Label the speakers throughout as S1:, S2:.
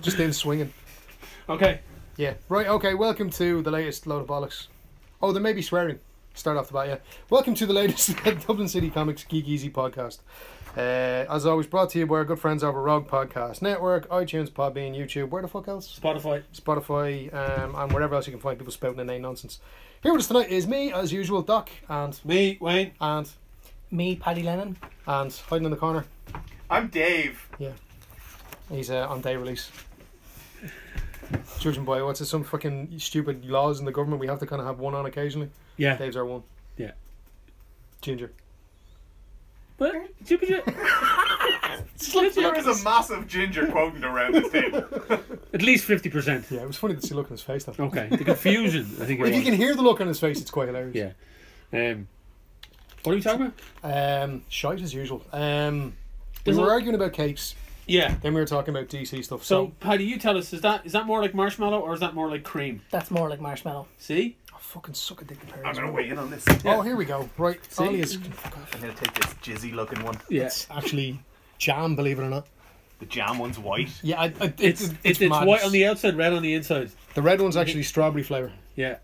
S1: Just in swinging.
S2: Okay.
S1: Yeah. Right. Okay. Welcome to the latest load of bollocks. Oh, there may be swearing. Start off the bat, yeah. Welcome to the latest Dublin City Comics Geek Easy podcast. Uh, as always, brought to you by our good friends over Rogue Podcast Network, iTunes, Podbean, YouTube. Where the fuck else?
S2: Spotify.
S1: Spotify, um, and wherever else you can find people spouting their name nonsense. Here with us tonight is me, as usual, Doc, and
S2: Me, Wayne.
S1: and
S3: Me, Paddy Lennon.
S1: and hiding in the corner.
S4: I'm Dave.
S1: He's uh, on day release. Judging by what's it, some fucking stupid laws in the government, we have to kind of have one on occasionally.
S2: Yeah.
S1: Dave's our one.
S2: Yeah.
S1: Ginger.
S2: But,
S4: There is a massive ginger quoting around this table.
S2: at least 50%.
S1: Yeah, it was funny to see the look on his face though.
S2: Okay. The confusion, I think
S1: If you
S2: it
S1: can hear the look on his face, it's quite hilarious.
S2: was. Yeah. Um, what are we talking about?
S1: Um, shite as usual. Um, we
S2: Does
S1: were
S2: it-
S1: arguing about cakes,
S2: Yeah.
S1: then we were talking about DC stuff.
S2: So,
S1: So,
S2: Paddy, you tell us, is that is that more like marshmallow or is that more like cream?
S3: That's more like marshmallow.
S2: See?
S1: I fucking suck a dick compared.
S4: I'm gonna weigh in on this.
S1: Oh, here we go. Right,
S2: See?
S1: Ollie is
S4: I'm gonna take this jizzy looking one.
S2: Yes.
S1: actually jam, believe it or not.
S4: The jam one's white.
S1: Yeah, I, I, it's,
S2: It's, it's, it's,
S1: madness.
S2: white on the outside, red on the inside.
S1: The red one's actually strawberry flavor.
S2: Yeah.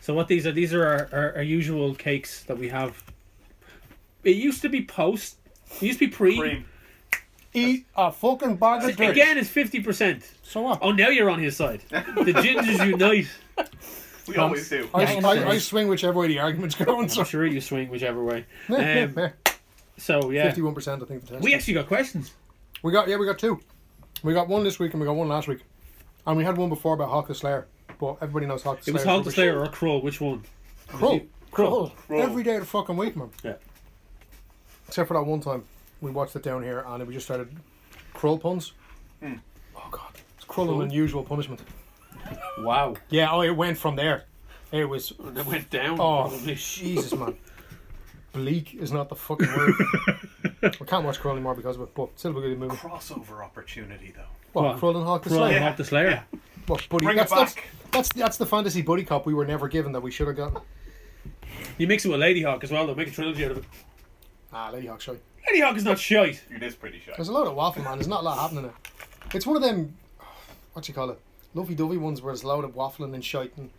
S2: So what these are? These are our, our, our usual cakes that we have. It used to be post. It used to be pre.
S4: Cream.
S1: Eat a fucking bag of dirt.
S2: Again, it's fifty percent.
S1: So what?
S2: Oh, now you're on his side. The gingers unite.
S4: We always do.
S1: I,
S3: Yeah,
S1: I,
S3: yeah.
S1: I swing whichever way the argument's going. So.
S2: I'm sure you swing whichever way. Um,
S1: Fifty-one
S2: So yeah,
S1: percent, I think. The test.
S2: we actually got questions.
S1: we got yeah, we got two. We got one this week and we got one last week, and we had one before about Hawk the Slayer. But everybody knows Hawk the
S2: It
S1: Slayer.
S2: was Hulk the Slayer or Crow. Which one?
S1: Crow.
S3: Cool.
S4: Roll.
S1: Every day of the fucking week, man.
S2: Yeah.
S1: Except for that one time we watched it down here and we just started crawl puns. Oh god, it's cruel and unusual punishment.
S2: Wow,
S1: Yeah, oh, it went from there. It was
S2: that went down.
S1: Oh,
S2: probably.
S1: Jesus, man. Bleak is not the fucking word. I can't watch Crawl anymore because of it, but still a good movie.
S4: Crossover opportunity though.
S1: What,
S2: What?
S1: Crawl and Hawk the
S2: Crow
S1: Slayer?
S2: and Hulk the Slayer.
S1: What, buddy?
S4: Bring it
S1: that's, that's,
S4: back.
S1: that's, that's the fantasy buddy cop we were never given that we should have gotten.
S2: You mix it with Lady Hawk as well. They'll make a trilogy out of it.
S1: Ah, Lady Hawk, sorry.
S2: Lady Hawk is not shite.
S4: It is pretty shy.
S1: There's a lot of waffle, man. There's not a lot happening there. It's one of them, what you call it, lovey-dovey ones where there's a lot of waffling and shite and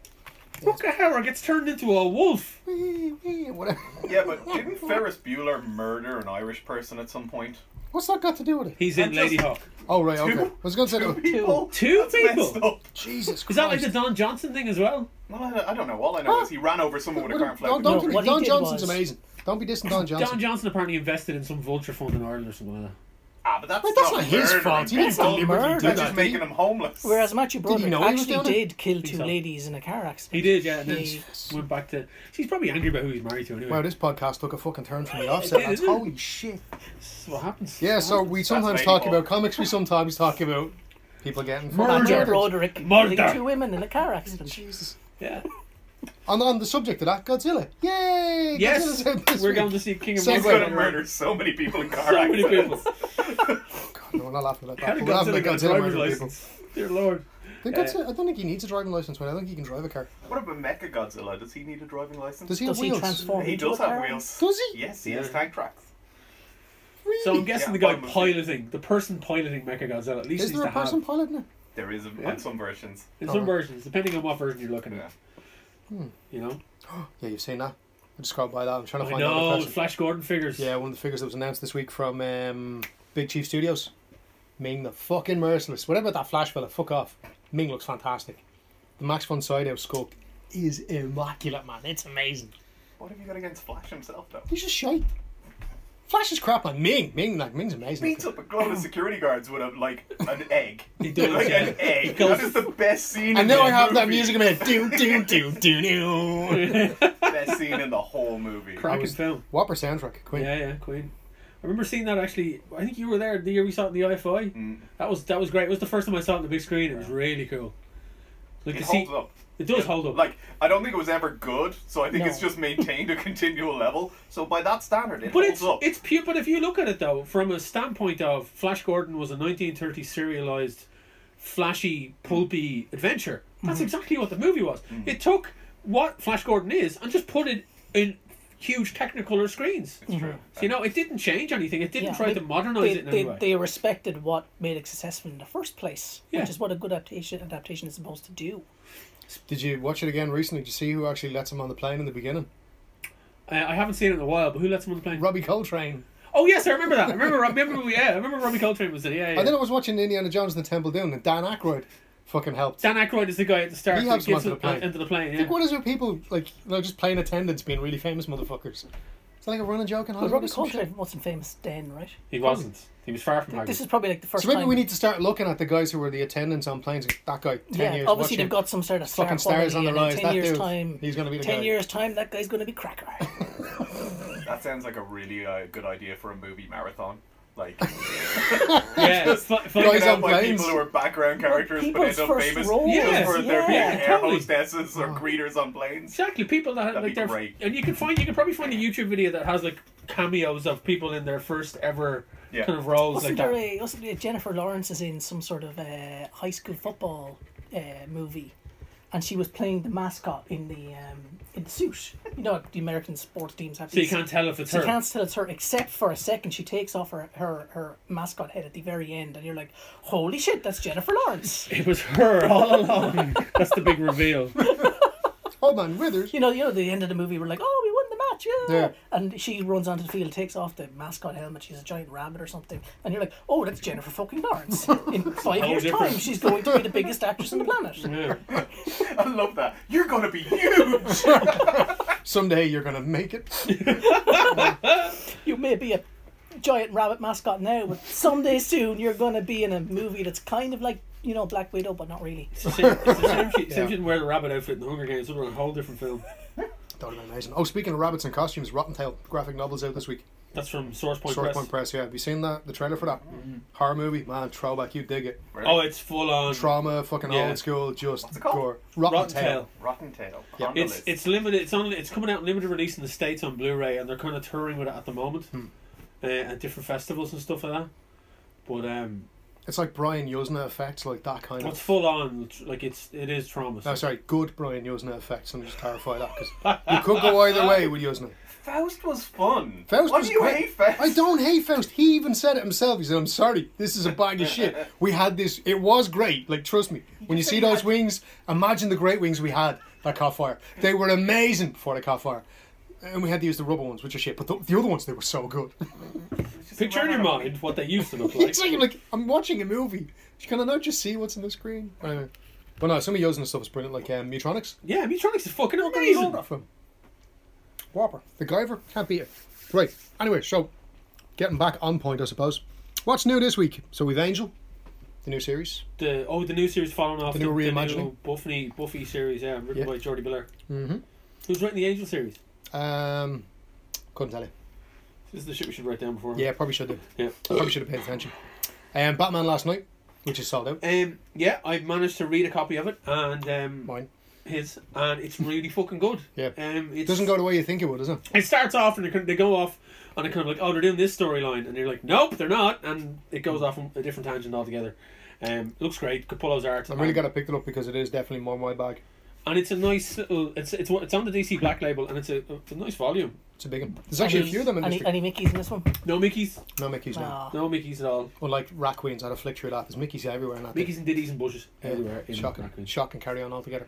S2: Look at how it gets turned into a wolf.
S1: wee, wee, whatever.
S4: Yeah, but didn't Ferris Bueller murder an Irish person at some point?
S1: What's that got to do with it?
S2: He's in
S4: I'm just-
S2: Lady Hawk.
S1: Oh, right, okay. I
S4: Two-
S1: was going to say,
S4: Two
S1: that.
S4: people.
S2: Two
S4: That's
S2: people?
S4: messed up.
S1: Jesus Christ.
S2: Is that like the Don Johnson thing as well?
S4: Well, I don't- I don't know. All I know is he ran over someone with a
S1: Don't,
S4: cornflake.
S1: don't,
S4: No,
S3: No, what he
S1: Don
S3: did
S1: Johnson's
S3: was-
S1: amazing. Don't be dissing Don Johnson.
S2: Don Johnson apparently invested in some vulture fund in Ireland or something like that.
S4: Ah, but that's,
S1: But that's not his
S4: murdering
S1: fault. He didn't
S4: people.
S1: deliberately do
S4: That's
S1: that,
S4: just
S1: did he?
S4: making him homeless.
S3: Whereas Matthew
S1: he
S3: Broderick
S1: know he was
S3: actually
S1: doing it?
S3: did kill two
S2: so.
S3: ladies in a car accident.
S2: He did, yeah, and then
S3: Jesus.
S2: went back to. She's probably angry about who he's married to anyway.
S1: Wow, this podcast took a fucking turn from the offset.
S2: did,
S1: That's
S2: didn't it?
S1: holy shit.
S2: That's what happens.
S1: Yeah, so we sometimes
S4: Lady
S1: talk
S4: Hawk.
S1: about comics, we sometimes talk about people getting fucking
S3: Matthew
S1: murdered.
S3: Broderick
S2: Murder.
S3: killing two women in a car accident.
S1: Jesus.
S2: Yeah.
S1: And on the subject of that, Godzilla. Yay!
S2: Yes,
S1: Godzilla's out this
S2: we're
S1: week.
S2: going to see King of
S1: Segue.
S4: He's gonna
S2: Monsters.
S4: murder so many people in car
S2: So many
S4: accidents.
S2: people.
S1: God, no, we're not laughing at
S2: How
S1: that.
S2: did
S1: but We're laughing
S2: Godzilla
S1: at
S2: get a
S1: Godzilla
S2: driver's
S1: murdering people.
S2: license? Dear Lord.
S1: I think Godzilla- I don't think he needs a driving license, but I think he can drive a car.
S4: What about Mecha Godzilla? Does he need a driving license?
S1: Does he
S3: Does
S1: have
S3: he
S1: wheels?
S3: transform
S4: He
S3: into
S4: does
S3: a car?
S4: have wheels.
S1: Does he?
S4: Yes, he has
S2: Yeah.
S4: tank tracks.
S1: Really?
S2: So I'm guessing the
S4: Yeah,
S2: guy
S4: why must he?
S2: piloting, the person piloting Mechagodzilla, at least
S1: Is
S2: he's
S1: there
S2: to
S1: a person
S2: have.
S1: piloting it?
S4: There is a,
S2: Yeah.
S4: on some versions.
S2: In
S1: Oh.
S2: some versions, depending on what version you're looking
S4: Yeah.
S2: at. You know?
S1: Yeah, you've seen that. I just scrolled by that. I'm trying to
S2: I
S1: find out
S2: know,
S1: the person.
S2: Flash Gordon figures.
S1: Yeah, one of the figures that was announced this week from um, Big Chief Studios. Ming the fucking merciless. Whatever that Flash fella, fuck off. Ming looks fantastic. The Max von Sydow sculpt is immaculate, man. It's amazing.
S4: What have you got against Flash himself, though?
S1: He's just shite. Flash is crap, man. Ming, Ming, like Ming's amazing.
S4: Beats up a lot of security guards with a, like an egg.
S2: He does,
S4: like
S2: yeah.
S4: an egg.
S2: goes-
S4: That is the best scene.
S1: And
S4: in
S1: now
S4: the
S1: I have that
S4: movie.
S1: music in my head. Do do do do do.
S4: Best scene in the whole movie.
S2: Cracking
S1: was-
S2: film.
S1: Whopper soundtrack, Queen.
S2: Yeah, yeah, Queen. I remember seeing that actually. I think you were there the year we saw it in the IFI.
S4: Mm.
S2: That was that was great. It was the first time I saw it on the big screen. It was really cool. Like
S4: It
S2: to
S4: holds
S2: see,
S4: up.
S2: it does hold up.
S4: Like I don't think it was ever good, so I think
S3: No.
S4: it's just maintained a continual level. So by that standard, it
S2: but
S4: holds
S2: it's
S4: up.
S2: it's pure. But if you look at it though, from a standpoint of Flash Gordon was a 1930 serialized, flashy, pulpy adventure. That's exactly what the movie was. It took what Flash Gordon is and just put it in huge Technicolor screens.
S4: It's true.
S2: So, you know, it didn't change anything. It didn't
S3: Yeah,
S2: try
S3: they-
S2: to modernize
S3: they,
S2: it in
S3: they,
S2: any way.
S3: they respected what made it successful in the first place,
S2: Yeah.
S3: which is what a good adaptation adaptation is supposed to do.
S1: Oh, Did you watch it again recently? Did you see who actually lets him on the plane in the beginning?
S2: I, I haven't seen it in a while, but who lets him on the plane?
S1: Robbie Coltrane.
S2: oh yes, I remember that. I remember. Rob- remember yeah, I remember Robbie Coltrane was in. it, Yeah, yeah.
S1: And then I was watching Indiana Jones and the Temple Doom, and Dan Aykroyd fucking helped.
S2: Dan Aykroyd is the guy at the start.
S1: He
S2: who
S1: helps him
S2: gets
S1: onto
S2: up
S1: the plane.
S2: on- Into the plane.
S1: Like,
S2: Yeah.
S1: what is with people like you know, just plain attendants being really famous motherfuckers? It's like a running joke in
S3: But
S1: Hollywood.
S3: Robbie
S1: or some shit.
S3: Coltrane wasn't famous then, right?
S2: He wasn't. He was far from.
S3: This
S2: This
S3: is probably like the first
S1: So maybe
S3: time.
S1: we need to start looking at the guys who were the attendants on planes. like, That guy, ten
S3: yeah,
S1: years.
S3: obviously
S1: watch
S3: they've
S1: him.
S3: got some sort of star
S1: fucking stars on
S3: quality,
S1: the
S3: and in
S1: rise.
S3: Ten
S1: That
S3: years
S1: dude,
S3: time,
S1: he's gonna be the
S3: ten
S1: guy.
S3: years time, that guy's gonna be cracker.
S4: That sounds like a really uh, good idea for a movie marathon. Like,
S2: yeah. it's fu- fu-
S1: Guys
S4: you know,
S1: on
S4: by
S1: planes.
S4: people who are background characters but end
S3: People's
S4: up
S3: first
S4: famous
S3: roles,
S4: just for their being
S3: yeah,
S4: air
S2: totally.
S4: hostesses or greeters on planes.
S2: Exactly, people that
S4: That'd
S2: like
S4: be
S2: their
S4: great.
S2: and you can find you can probably find a YouTube video that has like cameos of people in their first ever
S4: Yeah.
S2: kind of roles like
S3: Wasn't there
S2: that.
S3: a wasn't there a Jennifer Lawrence is in some sort of uh, high school football uh, movie, and she was playing the mascot in the um, in the suit. You know, the American sports teams have.
S2: so you
S3: these-
S2: can't tell if it's
S3: So
S2: her.
S3: you can't tell it's her except for a second. She takes off her, her, her mascot head at the very end, and you're like, "Holy shit, that's Jennifer Lawrence!"
S2: It was her all along. That's the big reveal.
S1: Oh man, Withers.
S3: You know, you know, the end of the movie, we're like, "Oh, we won the match!" Yeah.
S1: Yeah.
S3: And she runs onto the field, takes off the mascot helmet. She's a giant rabbit or something, and you're like, "Oh, that's Jennifer fucking Lawrence." In five
S2: How
S3: years'
S2: different.
S3: time, she's going to be the biggest actress on the planet.
S2: Yeah.
S4: I love that. You're gonna be huge.
S1: Someday you're gonna make it.
S3: You may be a giant rabbit mascot now, but someday soon you're going to be in a movie that's kind of like, you know, Black Widow, but not really.
S2: It's a shame, it's a shame she, shame she didn't wear the rabbit outfit in the Hunger Games. It would have been a whole different film.
S1: That would have been amazing. Oh, speaking of rabbits and costumes, Rotten Tail graphic novels out this week.
S2: That's from Source Point
S1: Sword
S2: Press.
S1: Point Press. Yeah, have you seen that? The trailer for that horror movie, man. Throwback, you dig it.
S2: Oh, it's full on.
S1: Trauma, fucking
S2: Yeah.
S1: old school, just
S4: What's it called?
S1: gore. Rotten,
S2: Rotten
S1: Tail.
S2: Tail.
S4: Rotten Tail.
S1: Yeah.
S4: On the
S2: It's
S4: list.
S2: it's limited. It's only it's coming out in limited release in the states on Blu-ray, and they're kind of touring with it at the moment, uh, at different festivals and stuff like that. But um,
S1: It's like Brian Yuzna effects, like that kind of.
S2: it's full on. Like it's it is trauma.
S1: No, Oh, sorry, good Brian Yuzna effects. Let me just clarify that because you could go either way with Yuzna.
S4: Faust was fun.
S1: Faust
S4: Why
S1: was
S4: do you
S1: great.
S4: hate Faust?
S1: I don't hate Faust. He even said it himself. He said, "I'm sorry, this is a bag of shit. We had this. It was great. Like trust me. When you see those wings, imagine the great wings we had that caught fire. They were amazing before they caught fire." And we had to use the rubber ones, which are shit. But the, the other ones, they were so good.
S2: Picture in your mind what they used to look like.
S1: it's like, like, I'm watching a movie. Can I not just see what's on the screen? Anyway. But no, some of Yosin stuff is brilliant. Like um, Mutronics.
S2: yeah, Mutronics is fucking
S1: Where
S2: amazing.
S1: did from? Whopper. The Guyver can't beat it. Right. Anyway, so getting back on point, I suppose. What's new this week? So we've Angel, the new series.
S2: The oh, the new series following off
S1: The new reimagining?
S2: Buffy Buffy series. Yeah, written
S1: Yeah.
S2: by Jordi Belair,
S1: Mm-hmm.
S2: who's written the Angel series.
S1: Um, couldn't tell you.
S2: This is the shit we should write down before.
S1: Yeah, probably should have.
S2: Yeah.
S1: Probably should have paid attention. Um, Batman last night, which is sold out.
S2: Um, yeah, I managed to read a copy of it and um,
S1: Mine.
S2: his, and it's really fucking good.
S1: Yeah.
S2: Um, it's,
S1: It doesn't go the way you think it would, does it?
S2: It starts off and they kind- they go off and they're kind of like, oh, they're doing this storyline, and they're like, nope, they're not, and it goes off on a different tangent altogether. Um, looks great, Capullo's art.
S1: I'm really
S2: and,
S1: glad I picked it up because it is definitely more my bag.
S2: and it's a nice little. It's it's it's on the DC Black label, and it's a, it's a nice volume.
S1: It's a big one. There's actually a
S3: Any-
S1: few of them in this.
S3: any,
S1: thing.
S3: any Mickey's in this one? Ah.
S2: No Mickey's,
S1: No Mickey's now.
S3: Aw.
S2: no Mickey's at all.
S1: Unlike Rat Queens, I had a flick through that. There's Mickey's everywhere and that.
S2: Mickey's and Diddy's and Bushes
S1: Yeah,
S2: everywhere. in
S1: shock,
S2: Black
S1: and,
S2: Queens.
S1: shock and carry on altogether.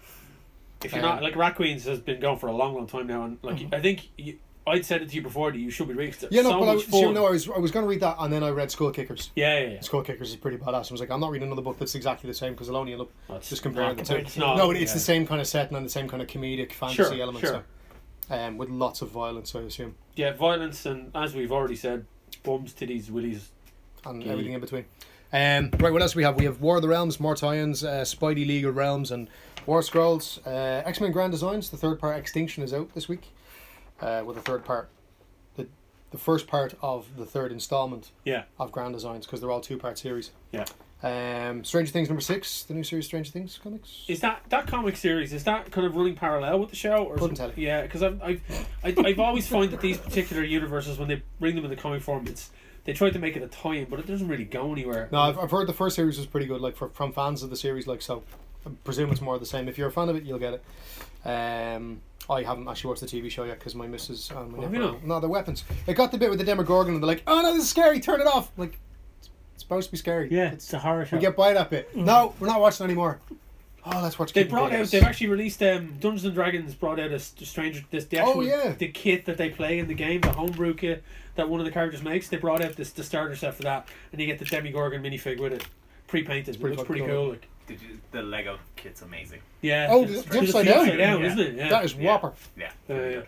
S2: If you're
S1: Um,
S2: not like Rat Queens has been going for a long, long time now, and like I think you, I'd said it to you before that you should be reading. 'cause it's
S1: Mm-hmm. Yeah, no,
S2: so
S1: but I,
S2: much
S1: was- so,
S2: fun.
S1: no, I was I was going to read that, and then I read Skull Kickers.
S2: yeah, yeah, yeah.
S1: Skull Kickers is pretty badass. I was like, I'm not reading another book that's exactly the same because I'll only end up
S2: That's
S1: just comparing
S2: not
S1: the two.
S3: compared to-
S1: No, it's the
S2: yeah.
S1: same kind of setting and the same kind of comedic fantasy
S2: Sure,
S1: elements,
S2: sure.
S1: so, um, with lots of violence, I assume,
S2: Yeah, violence and as we've already said, bums, titties, willies.
S1: and
S2: Yeah.
S1: everything in between. Um, right, what else do we have? We have War of the Realms, more tie-ins, uh, Spidey League of Realms, and War Scrolls. Uh, X Men Grand Designs, the third part, Extinction, is out this week, uh, with the third part, the the first part of the third installment
S2: Yeah.
S1: of Grand Designs because they're all two part series.
S2: Yeah.
S1: Um, Stranger Things number six, the new series Stranger Things comics.
S2: Is that that comic series? Is that kind of running parallel with the show? Or
S1: Couldn't
S2: some-
S1: tell
S2: Yeah, because I've I've, I, I've always found that these particular universes, when they bring them in the comic form, it's they try to make it a tie-in, but it doesn't really go anywhere.
S1: No, I've, I've heard the first series was pretty good, like for, from fans of the series, like so. I presume it's more of the same. If you're a fan of it, you'll get it. Um, I haven't actually watched the TV show yet because my missus and my
S2: Have
S1: nephew-
S2: you not?
S1: No, the weapons. It got the bit with the Demogorgon and they're like, oh no, this is scary, turn it off. Like, it's- it's supposed to be scary.
S5: Yeah,
S1: It's-
S5: it's a horror show.
S1: we get by that bit. No, we're not watching anymore. Oh, let's watch
S2: Mm. They
S1: Kid
S2: brought out.
S1: Vegas.
S2: They've actually released um, Dungeons and Dragons. Brought out a s- stranger. This the
S1: Oh,
S2: actual
S1: yeah.
S2: the kit that they play in the game, the homebrew kit that one of the characters makes. They brought out this the starter set for that, and you get the Demigorgon minifig with it, pre-painted. It
S1: pretty
S2: looks pretty
S1: fucking
S2: cool. Like,
S4: Did you, the Lego kit's amazing.
S2: yeah.
S1: Oh,
S2: it's-
S1: the- the
S2: it's
S1: upside down?
S4: Yeah.
S2: isn't it? Yeah.
S1: That is
S4: Yeah.
S1: whopper.
S4: Yeah.
S2: Yeah,
S4: really
S2: Uh, yeah.
S4: good.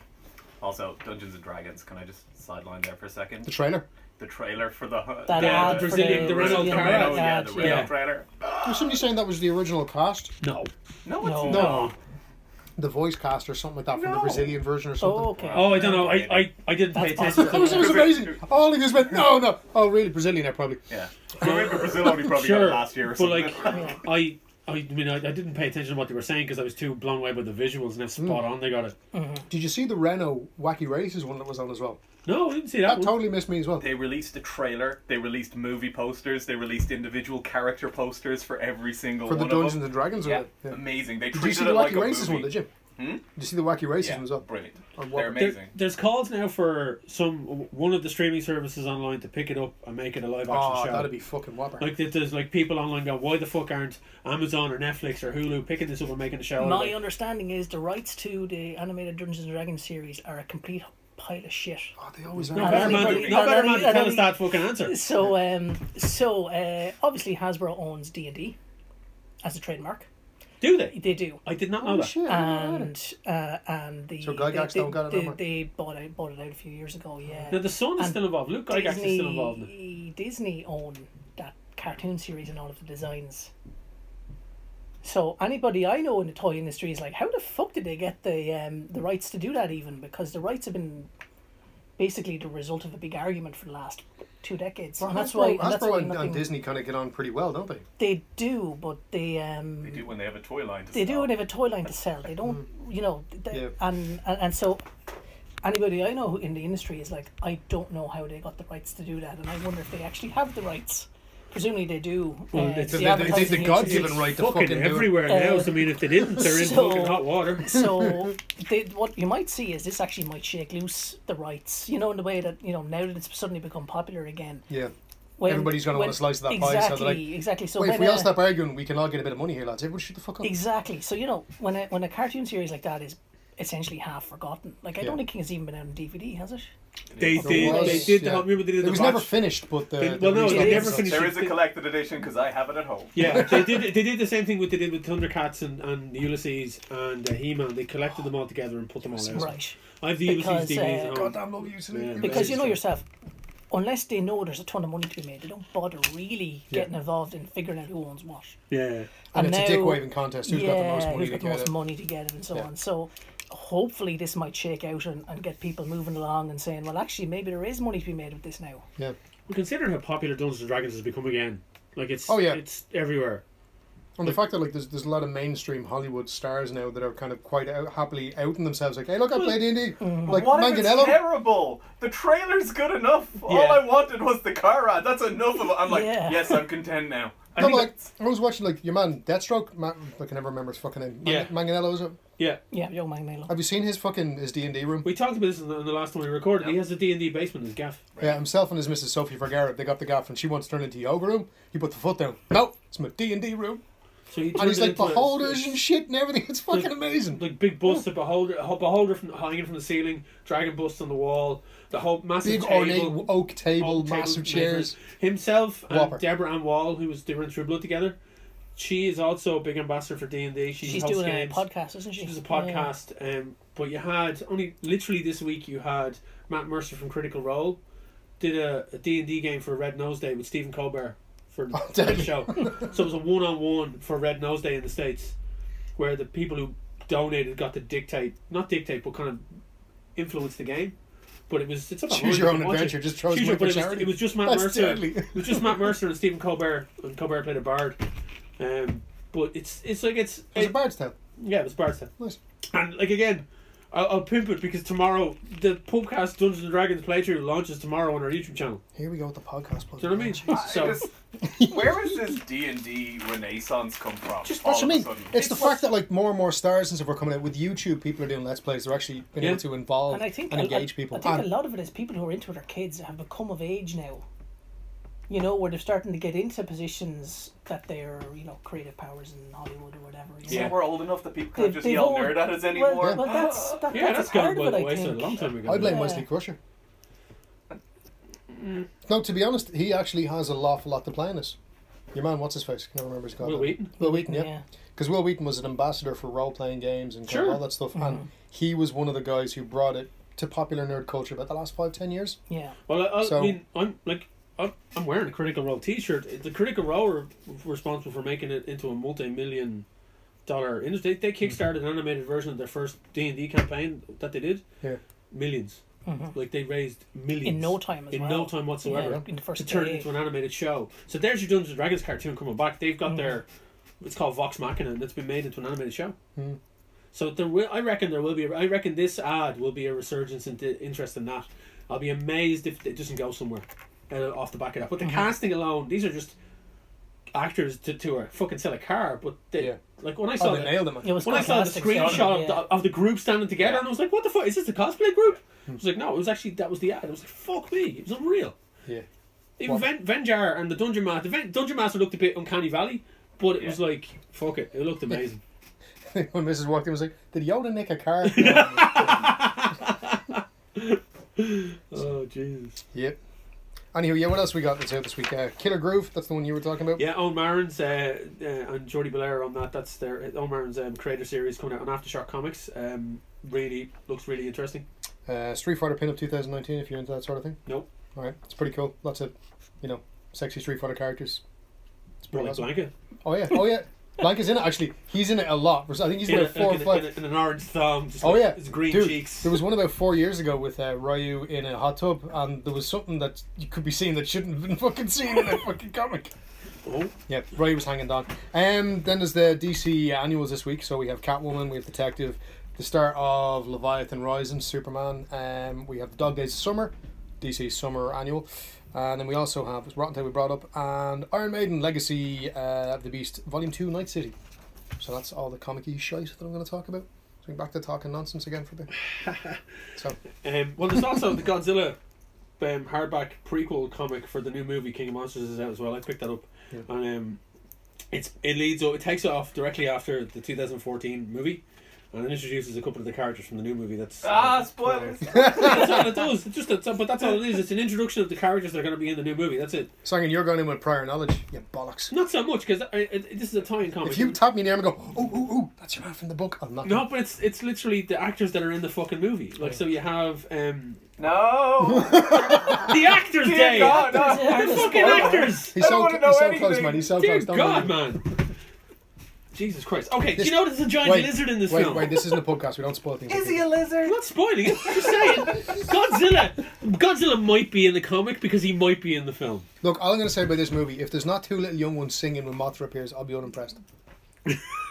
S4: Also, Dungeons and Dragons. Can I just sideline there for a second?
S1: The trailer.
S4: the trailer for the
S3: That
S2: Yeah,
S3: ad
S2: the
S3: for
S2: Brazilian- the Renault
S4: Renault-
S3: Brazilian
S2: Carrera
S4: Renault, Oh, yeah,
S3: ad,
S4: the
S3: yeah.
S4: Renault trailer.
S1: Was somebody saying that was the original cast?
S2: No.
S4: No, it's
S3: No.
S4: no.
S1: No. The voice cast or something like that from the
S4: No.
S1: Brazilian version or something.
S3: Oh, okay.
S2: Oh, I don't know. I I, I didn't pay
S3: That's
S2: attention.
S1: It was, it was
S2: to that.
S1: amazing. All of this went, no, no. Oh, really? Brazilian there, probably.
S4: Yeah. So maybe Brazil only probably got
S2: Sure,
S4: it last year or
S2: but
S4: something.
S2: like I. I mean, I, I didn't pay attention to what they were saying because I was too blown away by the visuals
S1: Mm.
S2: and how spot on they got it.
S1: Did you see the Renault Wacky Races one that was on as well?
S2: No, I didn't see that.
S1: That
S2: one.
S1: totally missed me as well.
S4: they released a trailer, they released movie posters, they released individual character posters for every single
S1: For the
S4: one
S1: Dungeons
S4: of them.
S1: and Dragons one.
S4: yeah.
S1: Yeah.
S4: amazing. They
S1: Did you
S4: treated
S1: see the
S4: it
S1: Wacky
S4: like a
S1: Races
S4: movie.
S1: one, did you?
S4: Hmm?
S1: Did you see the Wacky Races
S4: Yeah,
S1: one as well?
S4: brilliant.
S1: Or what-
S4: They're
S2: There-
S4: amazing.
S2: there's calls now for some one of the streaming services online to pick it up and make it a live action
S1: Oh,
S2: show.
S1: that'd be fucking whopper.
S2: like that there's like people online go, why the fuck aren't Amazon or Netflix or Hulu picking this up and making a show? out of
S3: My
S2: it?"
S3: understanding is the rights to the animated Dungeons and Dragons series are a complete pile of shit.
S1: oh, they always
S2: no
S1: are.
S2: better man,
S3: Everybody-
S2: no better
S3: everybody-
S2: man to tell us
S3: everybody-
S2: that fucking answer.
S3: So, um, so uh, obviously Hasbro owns D and D as a trademark.
S2: Do they?
S3: They do,
S2: I did not know
S1: Oh,
S2: that.
S1: shit. I didn't know that.
S3: and uh, and the
S1: So Gygax
S3: they,
S1: don't got it no
S3: they,
S1: more?
S3: they bought it bought it out a few years ago. Yeah,
S2: Now the son is
S3: And
S2: still involved. Luke Gygax is still involved. In it.
S3: Disney, Disney own that cartoon series and all of the designs. So anybody I know in the toy industry is like, how the fuck did they get the um, the rights to do that even? Because the rights have been basically the result of a big argument for the last two decades,
S1: Well,
S3: and that's
S1: Hasbro-
S3: why, and that's
S1: Hasbro
S3: why
S1: and, and
S3: nothing-
S1: Disney kind of get on pretty well, don't they?
S3: they do, but they um
S4: They do when they have a toy line to
S3: they do
S4: sell.
S3: have a toy line to sell. They don't, you know, they,
S1: Mm. Yeah.
S3: and, and and so anybody I know who in the industry is like, I don't know how they got the rights to do that, and I wonder if they actually have the rights. Presumably they do.
S2: Well,
S3: uh,
S2: it's-
S1: They-
S3: the
S1: they- they-
S3: advertising
S1: the God-given
S3: agencies.
S1: right to
S2: Fucking,
S1: fucking do it.
S2: everywhere now. so I mean, if they didn't, they're in
S3: so-
S2: fucking hot water.
S3: so they, what you might see is this actually might shake loose the rights, you know, in the way that you know now that it's suddenly become popular again.
S1: Yeah.
S3: When,
S1: Everybody's gonna
S3: when-
S1: want a slice of that
S3: exactly,
S1: pie, so they're like,
S3: exactly. So
S1: Wait, if
S3: when,
S1: we all
S3: uh,
S1: stop arguing, we can all get a bit of money here, lads. Everyone shut the fuck up.
S3: Exactly. So you know, when a when a cartoon series like that is essentially half forgotten, like I
S1: Yeah.
S3: don't think it's even been out on DVD, has it?
S2: They
S1: There
S2: did.
S1: was,
S2: they did. The,
S1: yeah.
S2: whole- remember they did
S1: It
S2: the
S1: was
S2: batch.
S1: never finished, but the,
S2: They-
S1: the
S2: well, no,
S1: release
S3: they
S1: date
S3: never
S1: was up.
S2: finished-
S4: There is a collected edition because I have it at home.
S2: Yeah, they did. They did the same thing with they did with Thundercats and, and Ulysses and uh, He-Man. They collected them all together and put them all out.
S3: Right.
S2: I have the Ulysses
S3: Because, uh,
S2: DVDs. at home.
S1: Goddamn love you, Snoop.
S2: Yeah.
S3: Because you know
S1: Amazing.
S3: yourself, unless they know there's a ton of money to be made, they don't bother really
S1: Yeah.
S3: getting involved in figuring out who owns what.
S2: Yeah.
S1: and, it's
S3: now-
S1: a dick waving contest. Who's
S3: yeah,
S1: got the most money
S3: who's
S1: to
S3: got the
S1: get
S3: most
S1: it?
S3: money to get it and so
S1: Yeah.
S3: on. So hopefully this might shake out and, and get people moving along and saying, well, actually, maybe there is money to be made with this now.
S1: Yeah.
S2: Well, considering how popular Dungeons and Dragons has become again, like it's
S1: Oh, yeah.
S2: it's everywhere.
S1: And the fact that like there's, there's a lot of mainstream Hollywood stars now that are kind of quite out, happily outing themselves, like, hey, look, I played indie, like
S4: What if it's
S1: Manganello.
S4: terrible? The trailer's good enough.
S2: Yeah.
S4: All I wanted was the car ride. That's enough of it. I'm like,
S3: Yeah.
S4: yes, I'm content now.
S2: I
S1: No,
S2: think
S1: like I was watching like your man Deathstroke, Ma- I can never remember his fucking name.
S2: Yeah.
S1: Manganello is it?
S2: Yeah,
S3: Yeah, young man, Milo.
S1: Have you seen his fucking his D and D room?
S2: we talked about this in the, in the last time we recorded. He has a D and D basement in his gaff.
S1: Yeah, himself and his Mrs. Sophie Vergara, they got the gaff, and she wants to turn it into a yoga room. He put the foot down. No, it's my D and D room,
S2: So he
S1: and
S2: turned
S1: he's
S2: it
S1: like
S2: into a-
S1: beholders and shit and everything. It's fucking
S2: Like-
S1: amazing.
S2: Like big
S1: Oh.
S2: busts of beholder, a beholder from hanging from the ceiling, dragon busts on the wall, the whole massive
S1: Big
S2: table,
S1: ornate oak table,
S2: old table
S1: massive
S2: made for
S1: chairs.
S2: it. Himself
S1: Whopper.
S2: and Deborah Ann Wall, who was they were in True Blood together. She is also a big ambassador for D and D. She
S3: She's
S2: hosts
S3: doing
S2: games.
S3: a podcast, isn't she?
S2: She does a
S3: Yeah.
S2: podcast, um, but you had only literally this week you had Matt Mercer from Critical Role did a D and D game for Red Nose Day with Stephen Colbert for the, for the
S1: deadly.
S2: show. so it was a one on one for Red Nose Day in the states, where the people who donated got to dictate, not dictate, but kind of influence the game. But it was it's about
S1: Choose your own
S2: watch it.
S1: adventure, just throw as
S2: Choose
S1: much
S2: your- but
S1: for
S2: it was-
S1: charity.
S2: It was just Matt
S1: That's
S2: Mercer.
S1: deadly.
S2: It was just Matt Mercer and Stephen Colbert, and Colbert played a bard. Um, but it's it's like it's
S1: It was a Bardstown.
S2: yeah, it was Barca.
S1: Nice.
S2: And like again, I'll, I'll pimp it because tomorrow the podcast Dungeons and Dragons playthrough launches tomorrow on our YouTube channel.
S1: Here we go with the podcast. plug
S2: Do you know what I mean?
S1: again.
S3: Oh,
S2: So
S4: It is- where is this D and D renaissance come from?
S1: Just
S4: all
S1: what you
S4: of a
S1: mean.
S4: sudden?
S1: It's the fact that like more and more stars and stuff are coming out with YouTube. People are doing let's plays. They're actually being
S2: Yeah.
S1: able to involve
S3: and I think
S1: and
S3: a-
S1: engage
S3: I,
S1: people.
S3: I think
S1: And-
S3: a lot of it is people who are into it are kids that have become of age now. You know, where they're starting to get into positions that they're, you know, creative powers in Hollywood or whatever. You
S4: So
S2: Yeah.
S3: know?
S4: we're old enough that people
S3: They-
S4: can't just
S3: they've
S4: yell
S3: all-
S4: nerd at us
S3: well,
S4: anymore.
S3: well, that's that,
S2: Ah, yeah,
S3: that's,
S2: that's
S3: a
S2: gone
S3: part
S2: by
S3: of it.
S2: the
S3: I
S2: wayside a
S3: think.
S2: long time ago.
S1: I blame
S3: Yeah.
S1: Wesley Crusher.
S3: Mm.
S1: No, to be honest, he actually has a awful lot to play in this. Your man, what's his face? Can I remember his
S2: Will
S1: name?
S2: Wheaton.
S1: Will Wheaton, yeah.
S3: Yeah.
S1: Because Will Wheaton was an ambassador for role playing games and kind of
S2: Sure.
S1: all that stuff,
S3: Mm-hmm.
S1: and he was one of the guys who brought it to popular nerd culture about the last five ten years.
S3: Yeah.
S2: Well, I, I
S1: So-
S2: mean, I'm like, I'm, I'm wearing a Critical Role T-shirt. The Critical Role are responsible for making it into a multi-million dollar industry. They, they kickstarted an animated version of their first D and D campaign that they did.
S1: Yeah.
S2: millions. Like they raised millions
S3: Mm-hmm. In no time as
S2: in
S3: well.
S2: no time whatsoever.
S3: Yeah, in the first
S2: to turn it
S3: day.
S2: into an animated show. So there's your Dungeons and Dragons cartoon coming back. They've
S3: Mm.
S2: got their it's called Vox Machina and it's been made into an animated show.
S1: Mm.
S2: So there will I reckon there will be a, I reckon this ad will be a resurgence in the interest in that. I'll be amazed if it doesn't go somewhere uh, off the back of that.
S3: Mm-hmm.
S2: But the casting alone, these are just actors to to uh, fucking sell a car. But Oh, they,
S1: Yeah. Oh,
S2: like when I saw the,
S1: nailed him.
S3: It was
S2: when I saw the
S3: fantastic, so-
S2: screenshot of, the,
S3: yeah.
S2: of the group standing together,
S4: Yeah.
S2: and I was like, "What the fuck is this? A cosplay group?"
S1: Hmm.
S2: I was like, "No, it was actually that was the ad." I was like, "Fuck me, it was unreal."
S1: Yeah.
S2: Even Ven- Venjar and the Dungeon Master, the Ven- Dungeon Master looked a bit uncanny valley, but it was like, "Fuck it," it looked amazing.
S1: when Mrs. walked in, was like, "Did Yoda nick a car?"
S2: oh Jesus!
S1: yep. Anywho, yeah, what else we got that's out this week? Uh, Killer Groove, that's the one you were talking about.
S2: Yeah, Owen Marin's uh, uh, and Jordy Belair on that. That's their Owen Marin's um, creator series coming out on AfterShock Comics. Um, really looks really interesting.
S1: Uh, Street Fighter Pinup 2019, if you're into that sort of thing.
S2: Nope.
S1: All right, it's pretty cool. Lots of, you know, sexy Street Fighter characters. It's
S2: More
S1: pretty
S2: like
S1: awesome.
S2: Blanca
S1: Oh yeah, oh yeah. Blank is in it actually. He's in it a lot. I think he's
S2: in,
S1: in
S2: a,
S1: about four or
S2: in, a, in,
S1: five.
S2: a, in an orange thumb. Just
S1: Oh
S2: like
S1: yeah,
S2: his green
S1: Dude,
S2: cheeks.
S1: There was one about four years ago with uh, Ryu in a hot tub, and there was something that you could be seen that shouldn't have been fucking seen in that fucking comic.
S2: oh.
S1: Yeah, Ryu was hanging down. Um, then there's the DC annuals this week. So we have Catwoman, we have Detective, the start of Leviathan Rising, Superman. Um, we have the Dog Days of Summer, DC Summer Annual, and then we also have Rotten Tail we brought up and Iron Maiden Legacy uh, of the Beast Volume Two, Night City. So that's all the comic-y shite that I'm going to talk about. So we're back to talking nonsense again for a bit. so
S2: Um, well, there's also the Godzilla um, hardback prequel comic for the new movie King of Monsters is out as well. I picked that up,
S1: Yeah.
S2: and um, it's it leads it takes off directly after the 2014 movie, and it introduces a couple of the characters from the new movie. That's uh,
S4: ah, spoilers.
S2: that's all it does. It's just that's all- but that's all it is. It's an introduction of the characters that are going to be in the new movie. That's it.
S1: Sangin, you're going in with prior knowledge. You bollocks.
S2: Not so much because this is a tie-in comic.
S1: If you tap me in the arm and go, oh, oh, oh, that's your man from the book, I'm not.
S2: no, but it's it's literally the actors that are in the fucking movie. Like so, you have um,
S4: no.
S2: the actors
S4: Dear
S2: day.
S4: God, no.
S3: It's a-
S4: I
S2: The
S3: it's a
S2: fucking
S3: spoiler.
S2: actors.
S1: He's
S4: I don't
S1: so,
S4: wanna
S1: he's
S4: know
S1: so
S4: anything.
S1: close, man. He's so
S2: Dear
S1: close. Don't
S2: God,
S1: worry.
S2: man. Jesus Christ. Okay,
S1: This-
S2: do you know there's a giant lizard in this
S1: wait,
S2: film?
S1: wait, this isn't a podcast. We don't spoil things.
S4: Is he a lizard?
S2: I'm not spoiling it. I'm just saying. Godzilla. Godzilla might be in the comic because he might be in the film.
S1: Look, all I'm going to say about this movie: if there's not two little young ones singing when Mothra appears, I'll be unimpressed.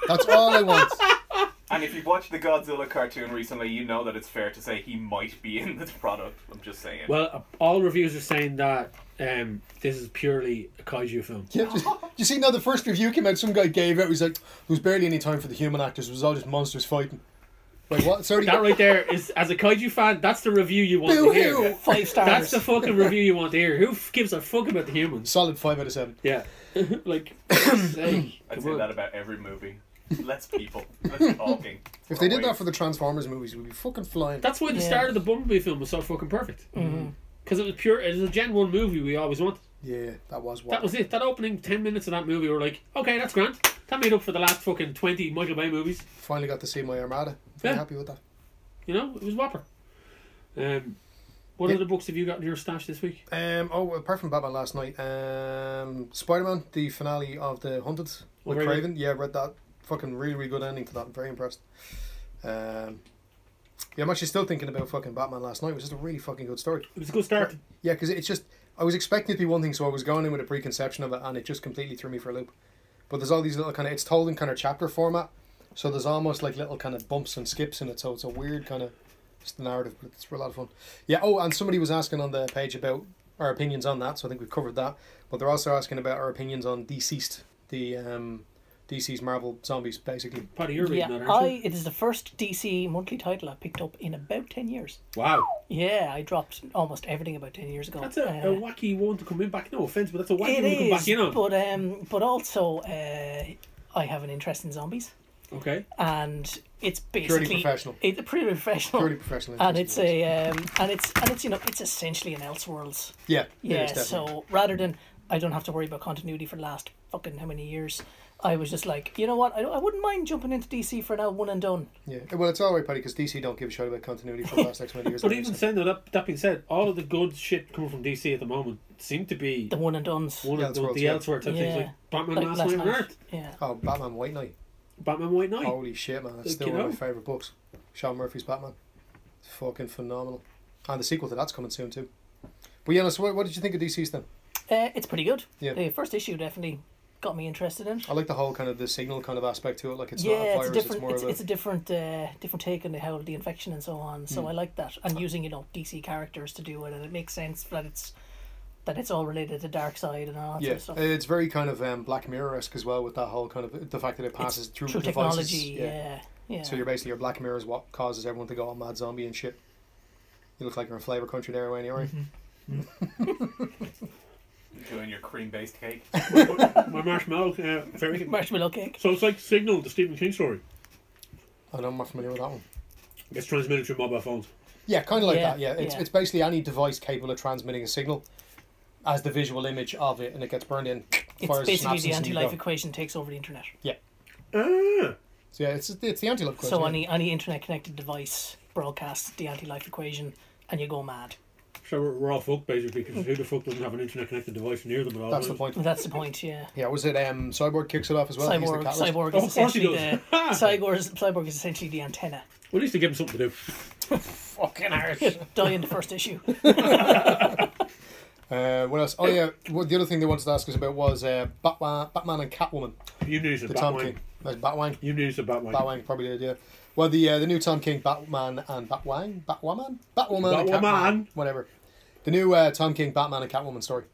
S1: That's all I want.
S4: And if you've watched the Godzilla cartoon recently, you know that it's fair to say he might be in this product. I'm just saying.
S2: Well, uh, all reviews are saying that um, this is purely a kaiju film.
S1: Yeah, just- you see, now the first review came out. Some guy gave out. He was like, "There was barely any time for the human actors. It was all just monsters fighting." Wait, what? Sorry.
S2: That right there is, as a kaiju fan, that's the review you want to hear.
S1: Boo-hoo.
S3: Five stars.
S2: That's the fucking review you want to hear. Who f- gives a fuck about the humans?
S1: Solid five out of seven.
S2: Yeah. like, say,
S4: I'd
S2: come
S4: say
S2: on.
S4: that about every movie. Less people, less talking.
S1: If they did that for the Transformers movies, we'd be fucking flying.
S2: That's why the
S3: Yeah. Mm-hmm.
S2: start of the Bumblebee film was so fucking perfect. Because it was pure, it was a Gen 1 movie we always wanted.
S1: Yeah, that was
S2: That
S1: what.
S2: was it. That opening 10 minutes of that movie, we were like, okay, that's grand. That made up for the last fucking 20 Michael Bay movies.
S1: Finally got to see my Armada. Very
S2: Yeah.
S1: happy with that.
S2: You know, it was whopper. Um, what
S1: Yeah.
S2: other books have you got in your stash this week?
S1: Um, oh, apart from Batman last night, um, Spider Man, the finale of The Hunted with
S2: really?
S1: Craven. Yeah, read that. Fucking really, really good ending to that. I'm very impressed. Um, yeah, I'm actually still thinking about fucking Batman last night, which is a really fucking good story.
S2: It was a good start.
S1: Yeah, because it's just, I was expecting it to be one thing, so I was going in with a preconception of it, and it just completely threw me for a loop. But there's all these little kind of, it's told in kind of chapter format. So there's almost like little kind of bumps and skips in it. So it's a weird kind of it's the narrative, but it's a lot of fun. Yeah. Oh, and somebody was asking on the page about our opinions on that. So I think we've covered that. But they're also asking about our opinions on Deceased, the um, DC's Marvel zombies, basically.
S2: Part of your reading,
S3: Yeah,
S2: that, aren't you?
S3: I. It is the first DC monthly title I picked up in about ten years.
S2: Wow.
S3: Yeah, I dropped almost everything about ten years ago.
S2: That's a,
S3: Uh,
S2: a wacky one to come in back. No offense, but that's a wacky
S3: it
S2: one to come
S3: is,
S2: back in on.
S3: but um, but also uh, I have an interest in zombies,
S2: Okay.
S3: and it's
S1: Purely
S3: basically
S1: professional.
S3: It's pretty professional.
S1: Purely professional.
S3: and it's
S1: interest,
S3: a um, and it's and it's you know it's essentially an Elseworlds.
S1: yeah. it
S3: Yeah.
S1: is, definitely.
S3: so rather than I don't have to worry about continuity for the last fucking how many years, I was just like, you know what, I, don't- I wouldn't mind jumping into DC for now, one and done.
S1: yeah. Well, it's all right, Paddy, because DC don't give a shit about continuity for the last X many years.
S2: But even saying that, that, that being said, all of the good shit coming from DC at the moment seem to be
S3: The one and done's.
S2: one of the,
S1: Elseworlds,
S2: the
S1: yeah.
S2: elsewhere type things
S3: Yeah.
S2: like Batman
S3: Like
S2: Last
S3: last
S2: Night on
S3: night.
S2: Earth,
S3: Yeah.
S1: oh, Batman White Knight.
S2: Batman White Knight.
S1: Holy shit, man! That's
S2: Look,
S1: still
S2: you
S1: one of my
S2: know.
S1: favorite books. Sean Murphy's Batman. It's fucking phenomenal. And the sequel to that's coming soon too. But yeah, no, so what, what did you think of DC's then?
S3: Uh, it's pretty good.
S1: Yeah.
S3: The first issue definitely got me interested in. it.
S1: I like the whole kind of the signal kind of aspect to it. Like it's not a
S3: yeah, it's
S1: virus,
S3: a
S1: it's,
S3: different,
S1: more
S3: it's,
S1: of a
S3: it's a different, uh, different take on the how the infection and so on. So
S1: Hmm.
S3: I like that, and using you know DC characters to do it, and it makes sense that it's that it's all related to Dark Side and all that
S1: yeah. Uh,
S3: sort of stuff.
S1: It's very kind of um, Black Mirror esque as well with that whole kind of the fact that it passes through,
S3: Through
S1: devices.
S3: technology, yeah, yeah.
S1: So you're basically your Black Mirror is what causes everyone to go all mad zombie and shit. You look like you're in Flavor Country there, Wayne. Anyway.
S3: Mm-hmm.
S4: Doing your cream based cake.
S2: My marshmallow. Uh, very good.
S3: marshmallow cake.
S2: So it's like Signal, the Stephen King story.
S1: I know I'm not familiar with that one.
S2: It's transmitted through mobile phones.
S1: Yeah, kind of like
S3: Yeah,
S1: that. Yeah, it's
S3: yeah.
S1: it's basically any device capable of transmitting a signal as the visual image of it, and it gets burned in.
S3: It's
S1: fires,
S3: basically
S1: snaps,
S3: the
S1: and so you
S3: anti-life
S1: go.
S3: equation takes over the internet.
S2: Ah,
S1: So yeah, it's it's the anti-life.
S3: so
S1: equation, yeah.
S3: any any internet connected device broadcasts the anti-life equation, and you go mad.
S2: so we're, we're all fucked basically because who the fuck doesn't have an internet connected device near them at all?
S1: that's the
S2: times?
S1: point.
S3: That's the point. Yeah.
S1: Yeah, was it um Cyborg kicks it off as well? He's the
S3: Cyborg,
S1: catalyst.
S3: cyborg
S2: Oh,
S3: is
S2: of course he
S3: essentially
S2: does.
S3: the cyborg is, cyborg is essentially the antenna.
S2: Well, at least they give him something to do.
S1: Fucking Irish.
S3: Die in the first issue.
S1: Uh, what else? Oh yeah, what, the other thing they wanted to ask us about was uh, Batman, Batman and Catwoman.
S2: You knew it's a
S1: The Tom
S2: Batwing.
S1: King. That's Batwang.
S2: You knew it's a Um, Batwing.
S1: Batwang probably did, yeah. Well, the uh, the new Tom King Batman and Batwang, Batwoman, Batwoman, and Catwoman,
S2: Batwoman.
S1: whatever. The new uh, Tom King Batman and Catwoman story.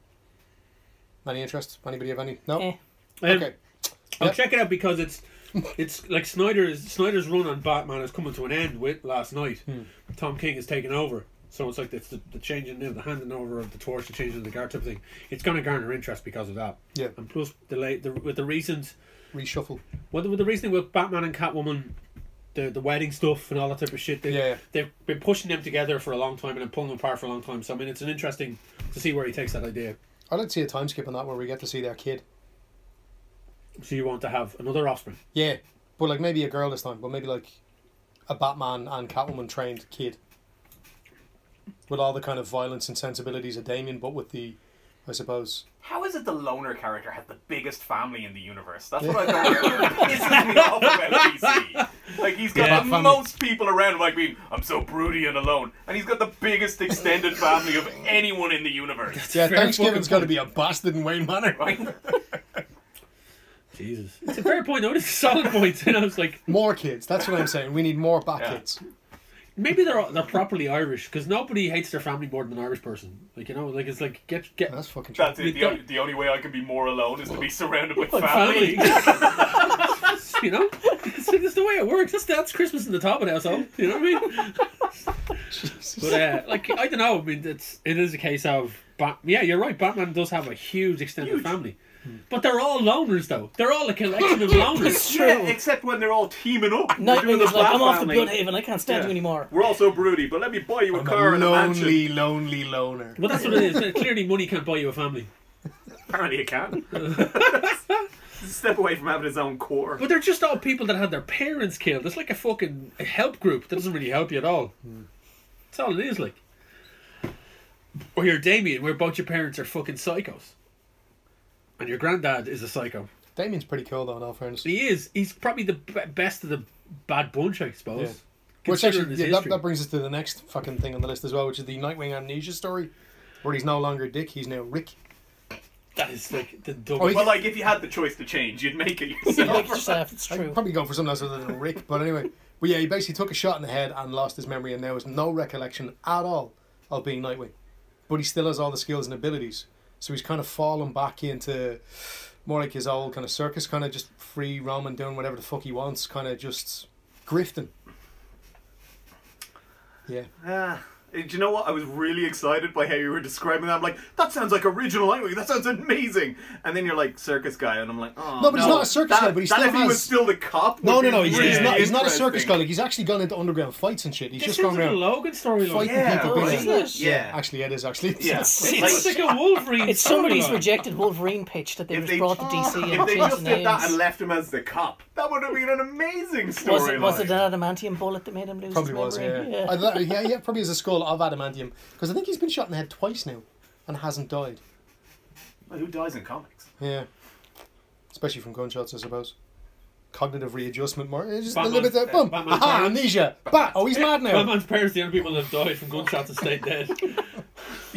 S1: Any interest? Anybody have any? No.
S3: Eh.
S2: Um,
S1: Okay.
S2: I'll
S1: Yep.
S2: check it out because it's it's like Snyder's Snyder's run on Batman is coming to an end with last night.
S1: Hmm.
S2: Tom King is taking over, so it's like it's the, the changing of the handing over of the torch, the changing of the guard type of thing. It's going to garner interest because of that.
S1: Yeah.
S2: and plus the late the, with the reasons
S1: Reshuffle.
S2: well, the, the reasoning with Batman and Catwoman, the the wedding stuff and all that type of shit, they,
S1: Yeah, yeah.
S2: they've been pushing them together for a long time and then pulling them apart for a long time. So I mean, it's an interesting to see where he takes that idea.
S1: I'd like to see a time skip on that where we get to see their kid.
S2: So you want to have another offspring?
S1: Yeah, but like maybe a girl this time, but maybe like a Batman and Catwoman trained kid. With all the kind of violence and sensibilities of Damien, but with the, I suppose,
S4: How is it the loner character had the biggest family in the universe? That's what I don't get. It pisses me off about DC. Like he's got
S2: Yeah,
S4: the
S1: family.
S4: most people around him, like being, I'm so broody and alone, and he's got the biggest extended family of anyone in the universe.
S1: yeah,
S2: Fair
S1: Thanksgiving's
S2: fucking
S1: got to
S2: point.
S1: be a bastard in Wayne Manor.
S4: Right?
S2: Jesus, it's a fair point. though. It's a solid point. And I was like,
S1: More kids. That's what I'm saying. We need more bat
S4: Yeah.
S1: kids.
S2: maybe they're they're properly Irish because nobody hates their family more than an Irish person. Like you know, like it's like get get
S1: That's fucking true.
S4: That's it. The, o- the only way I can be more alone is to be surrounded by
S2: family.
S4: family.
S2: you know, it's, it's the way it works. That's that's Christmas in the top of the household. You know what I mean? But uh, like I don't know. I mean, it's it is a case of Bat- yeah, you're right. Batman does have a huge extended family, but they're all loners though. They're all a collection of loners.
S4: Yeah, except when they're all teaming up. We're doing
S3: Nightwing
S4: the
S3: is like,
S4: Bat
S3: I'm off to
S4: family.
S3: Bloodhaven. I can't stand
S4: Yeah.
S3: you anymore.
S4: We're all so broody, but let me buy you a
S1: I'm
S4: car
S1: a
S4: and a mansion.
S1: lonely, lonely loner.
S2: But that's what it is. Clearly, money can't buy you a family.
S4: Apparently, it can. Step away from having his own core.
S2: But they're just all people that had their parents killed. It's like a fucking help group that doesn't really help you at all. That's all it is like. Or you're Damien, where both your parents are fucking psychos. And your granddad is a psycho.
S1: Damien's pretty cool though, in all fairness.
S2: He is. He's probably the b- best of the bad bunch, I suppose.
S1: Yeah. Which actually,
S2: Considering his
S1: yeah, that,
S2: history.
S1: that brings us to the next fucking thing on the list as well, which is the Nightwing amnesia story, where he's no longer Dick, he's now Rick.
S2: That is like the dumbest.
S1: Oh, he-
S4: Well, like if you had the choice to change, you'd make it
S3: Like
S4: yourself.
S3: yourself, it's
S1: I'd
S3: true.
S1: probably go for something else other than Rick, but anyway. But yeah, he basically took a shot in the head and lost his memory, and there was no recollection at all of being Nightwing. But he still has all the skills and abilities, so he's kind of fallen back into more like his old kind of circus, kind of just free roaming, doing whatever the fuck he wants, kind of just grifting. Yeah,
S4: Ah, Do you know what? I was really excited by how you were describing that. I'm like, that sounds like original language. That sounds amazing. And then you're like circus guy, and I'm like, oh
S1: No, but he's not a circus
S4: that,
S1: guy, but he
S4: that
S1: still
S4: if he
S1: has-
S4: was still the cop. would
S1: no, Oh, no,
S4: be
S1: no, he's, he's
S4: really
S1: not. He's not a circus
S4: interesting.
S1: guy. Like he's actually gone into underground fights and shit. He's
S2: This
S1: just
S2: sounds
S1: gone
S2: like a
S1: around.
S2: Logan storyline.
S1: Fighting
S4: Yeah,
S1: people,
S4: right.
S1: basically.
S3: Isn't it?
S4: Yeah.
S1: actually, it is actually.
S4: Yeah.
S2: It's
S4: Like-
S2: like a Wolverine.
S3: It's somebody's
S2: storyline.
S3: rejected Wolverine pitch that they,
S4: If
S3: just
S4: they-
S3: brought to DC and
S4: If they
S3: changed the
S4: just did that
S3: names.
S4: and left him as the cop, that would have been an amazing
S3: Was it,
S4: storyline.
S3: was it
S1: uh,
S3: an adamantium bullet that made him lose
S1: Probably
S3: his
S1: was, yeah.
S3: memory?
S1: I thought- yeah, yeah, probably is a skull of adamantium. Because I think he's been shot in the head twice now and hasn't died.
S4: Well, Who dies in comics?
S1: Yeah. Especially from gunshots, I suppose. Cognitive readjustment, more. It's just a
S2: Batman-
S1: little bit of.
S2: uh,
S1: Boom!
S2: Batman's
S1: Aha,
S2: parents.
S1: amnesia! Bat! Oh, he's mad now!
S2: Batman's parents, the only people that have died from gunshots and stayed dead.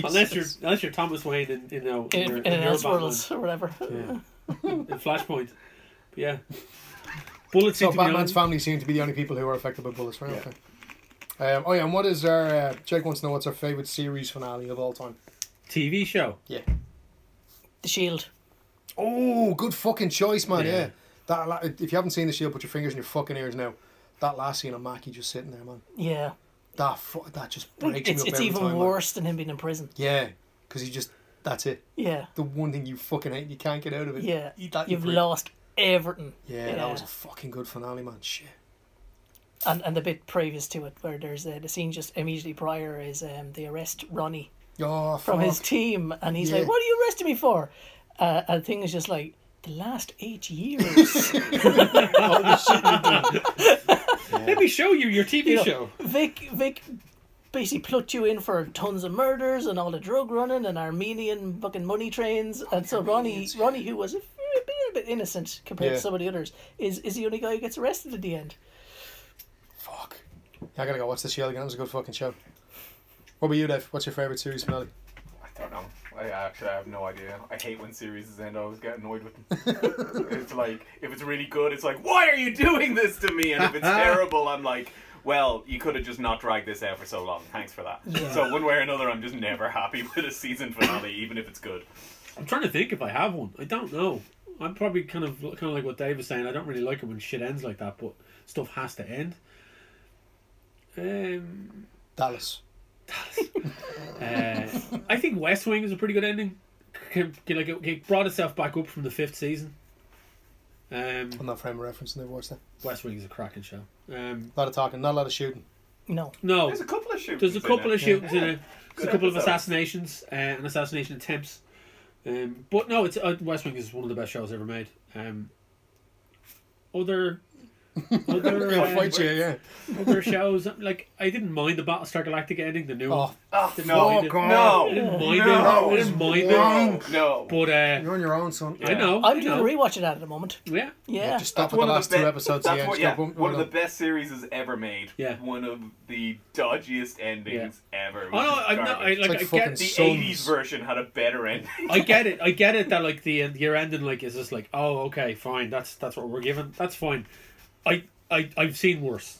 S2: unless you're unless you're Thomas Wayne in you know in,
S3: In,
S2: your,
S3: in,
S2: in
S3: an
S2: your Batman,
S3: Elseworlds or whatever.
S1: Yeah.
S2: in Flashpoint. But yeah. Bullets
S1: So
S2: seem to be
S1: Oh,
S2: on-
S1: Batman's family seem to be the only people who are affected by bullets, right? Okay. Um, oh, yeah, and what is our. Uh, Jake wants to know what's our favourite series finale of all time.
S2: TV show.
S1: Yeah.
S3: The Shield.
S1: Oh, good fucking choice, man. Yeah.
S2: Yeah.
S1: That la- if you haven't seen the shield, put your fingers in your fucking ears now. That last scene of Mackie just sitting there, man.
S3: Yeah.
S1: That fu- that just breaks
S3: It's,
S1: me up
S3: it's
S1: every
S3: even
S1: time, man.
S3: worse than him being in prison.
S1: Yeah, because you just that's it.
S3: Yeah.
S1: The one thing you fucking hate, you can't get out of it.
S3: Yeah.
S1: Eat that, you
S3: You've
S1: prick.
S3: lost everything.
S1: Yeah, that was a fucking good finale, man. Shit.
S3: and, and the bit previous to it where there's uh, the scene just immediately prior is um, they arrest Ronnie
S1: Oh,
S3: from
S1: fuck.
S3: his team and he's
S1: Yeah.
S3: like, what are you arresting me for? Uh, and the thing is just like, the last eight years.
S2: Let me show you your TV
S3: You know,
S2: show.
S3: Vic Vic basically plucked you in for tons of murders and all the drug running and Armenian fucking money trains. and so Ronnie
S1: Armenians.
S3: Ronnie, who was a fair bit, a bit innocent compared
S1: Yeah.
S3: to some of the others, is, is the only guy who gets arrested at the end.
S1: Fuck. Yeah, I gotta go watch the shield again. It was a good fucking show. What about you, Dave? What's your favorite series finale?
S4: I don't know. I actually I have no idea. I hate when series end. I always get annoyed with them. it's like if it's really good, it's like why are you doing this to me? And if it's terrible, I'm like, well, you could have just not dragged this out for so long. Thanks for that. So one way or another, I'm just never happy with a season finale, even if it's good.
S2: I'm trying to think if I have one. I don't know. I'm probably kind of kind of like what Dave was saying. I don't really like it when shit ends like that, but stuff has to end. Um,
S1: Dallas.
S2: uh, I think West Wing is a pretty good ending. C- c- Like it, it brought itself back up from the fifth season. Um,
S1: I'm not frame of reference. Never watched that.
S2: West Wing is a cracking show. Um,
S1: A lot of talking, not a lot of shooting.
S3: No.
S2: no,
S4: There's a couple of shootings.
S2: there's a
S4: in
S2: couple
S4: it.
S2: of shootings in it. There's
S4: Good
S2: a couple of
S4: episode.
S2: assassinations uh, and assassination attempts. Um, but no, it's uh, West Wing is one of the best shows ever made. Um, other, other,
S1: Yeah,
S2: uh,
S1: fight you, yeah.
S2: other shows like I didn't mind the Battlestar Galactica ending, the new
S1: Oh,
S2: one.
S4: Oh,
S2: Didn't
S4: no,
S2: mind it. I
S4: no,
S2: didn't mind
S4: No.
S2: it. I didn't mind
S1: Wrong.
S2: it.
S4: no.
S2: But uh,
S1: you're on your own, son.
S2: I know.
S3: I'm
S2: I
S3: doing a
S2: know.
S3: rewatch of that at the moment.
S2: Yeah.
S3: Yeah.
S1: Oh, Just stop
S4: That's
S1: at the
S4: one of
S1: last
S4: be-
S1: two episodes.
S4: That's
S1: yeah,
S4: what-
S1: just go, boom,
S4: one of
S1: we're
S4: the
S1: done.
S4: best series has ever made.
S2: Yeah.
S4: One of the dodgiest endings ever.
S2: Oh no, I'm not, I,
S1: like
S2: like, I
S1: fucking
S2: get
S4: the
S2: the,
S1: s- Sons.
S4: 80s version had a better ending.
S2: I get it, I get it that like the end- your ending like is just like oh okay fine that's that's what we're given that's fine. I I i have seen worse.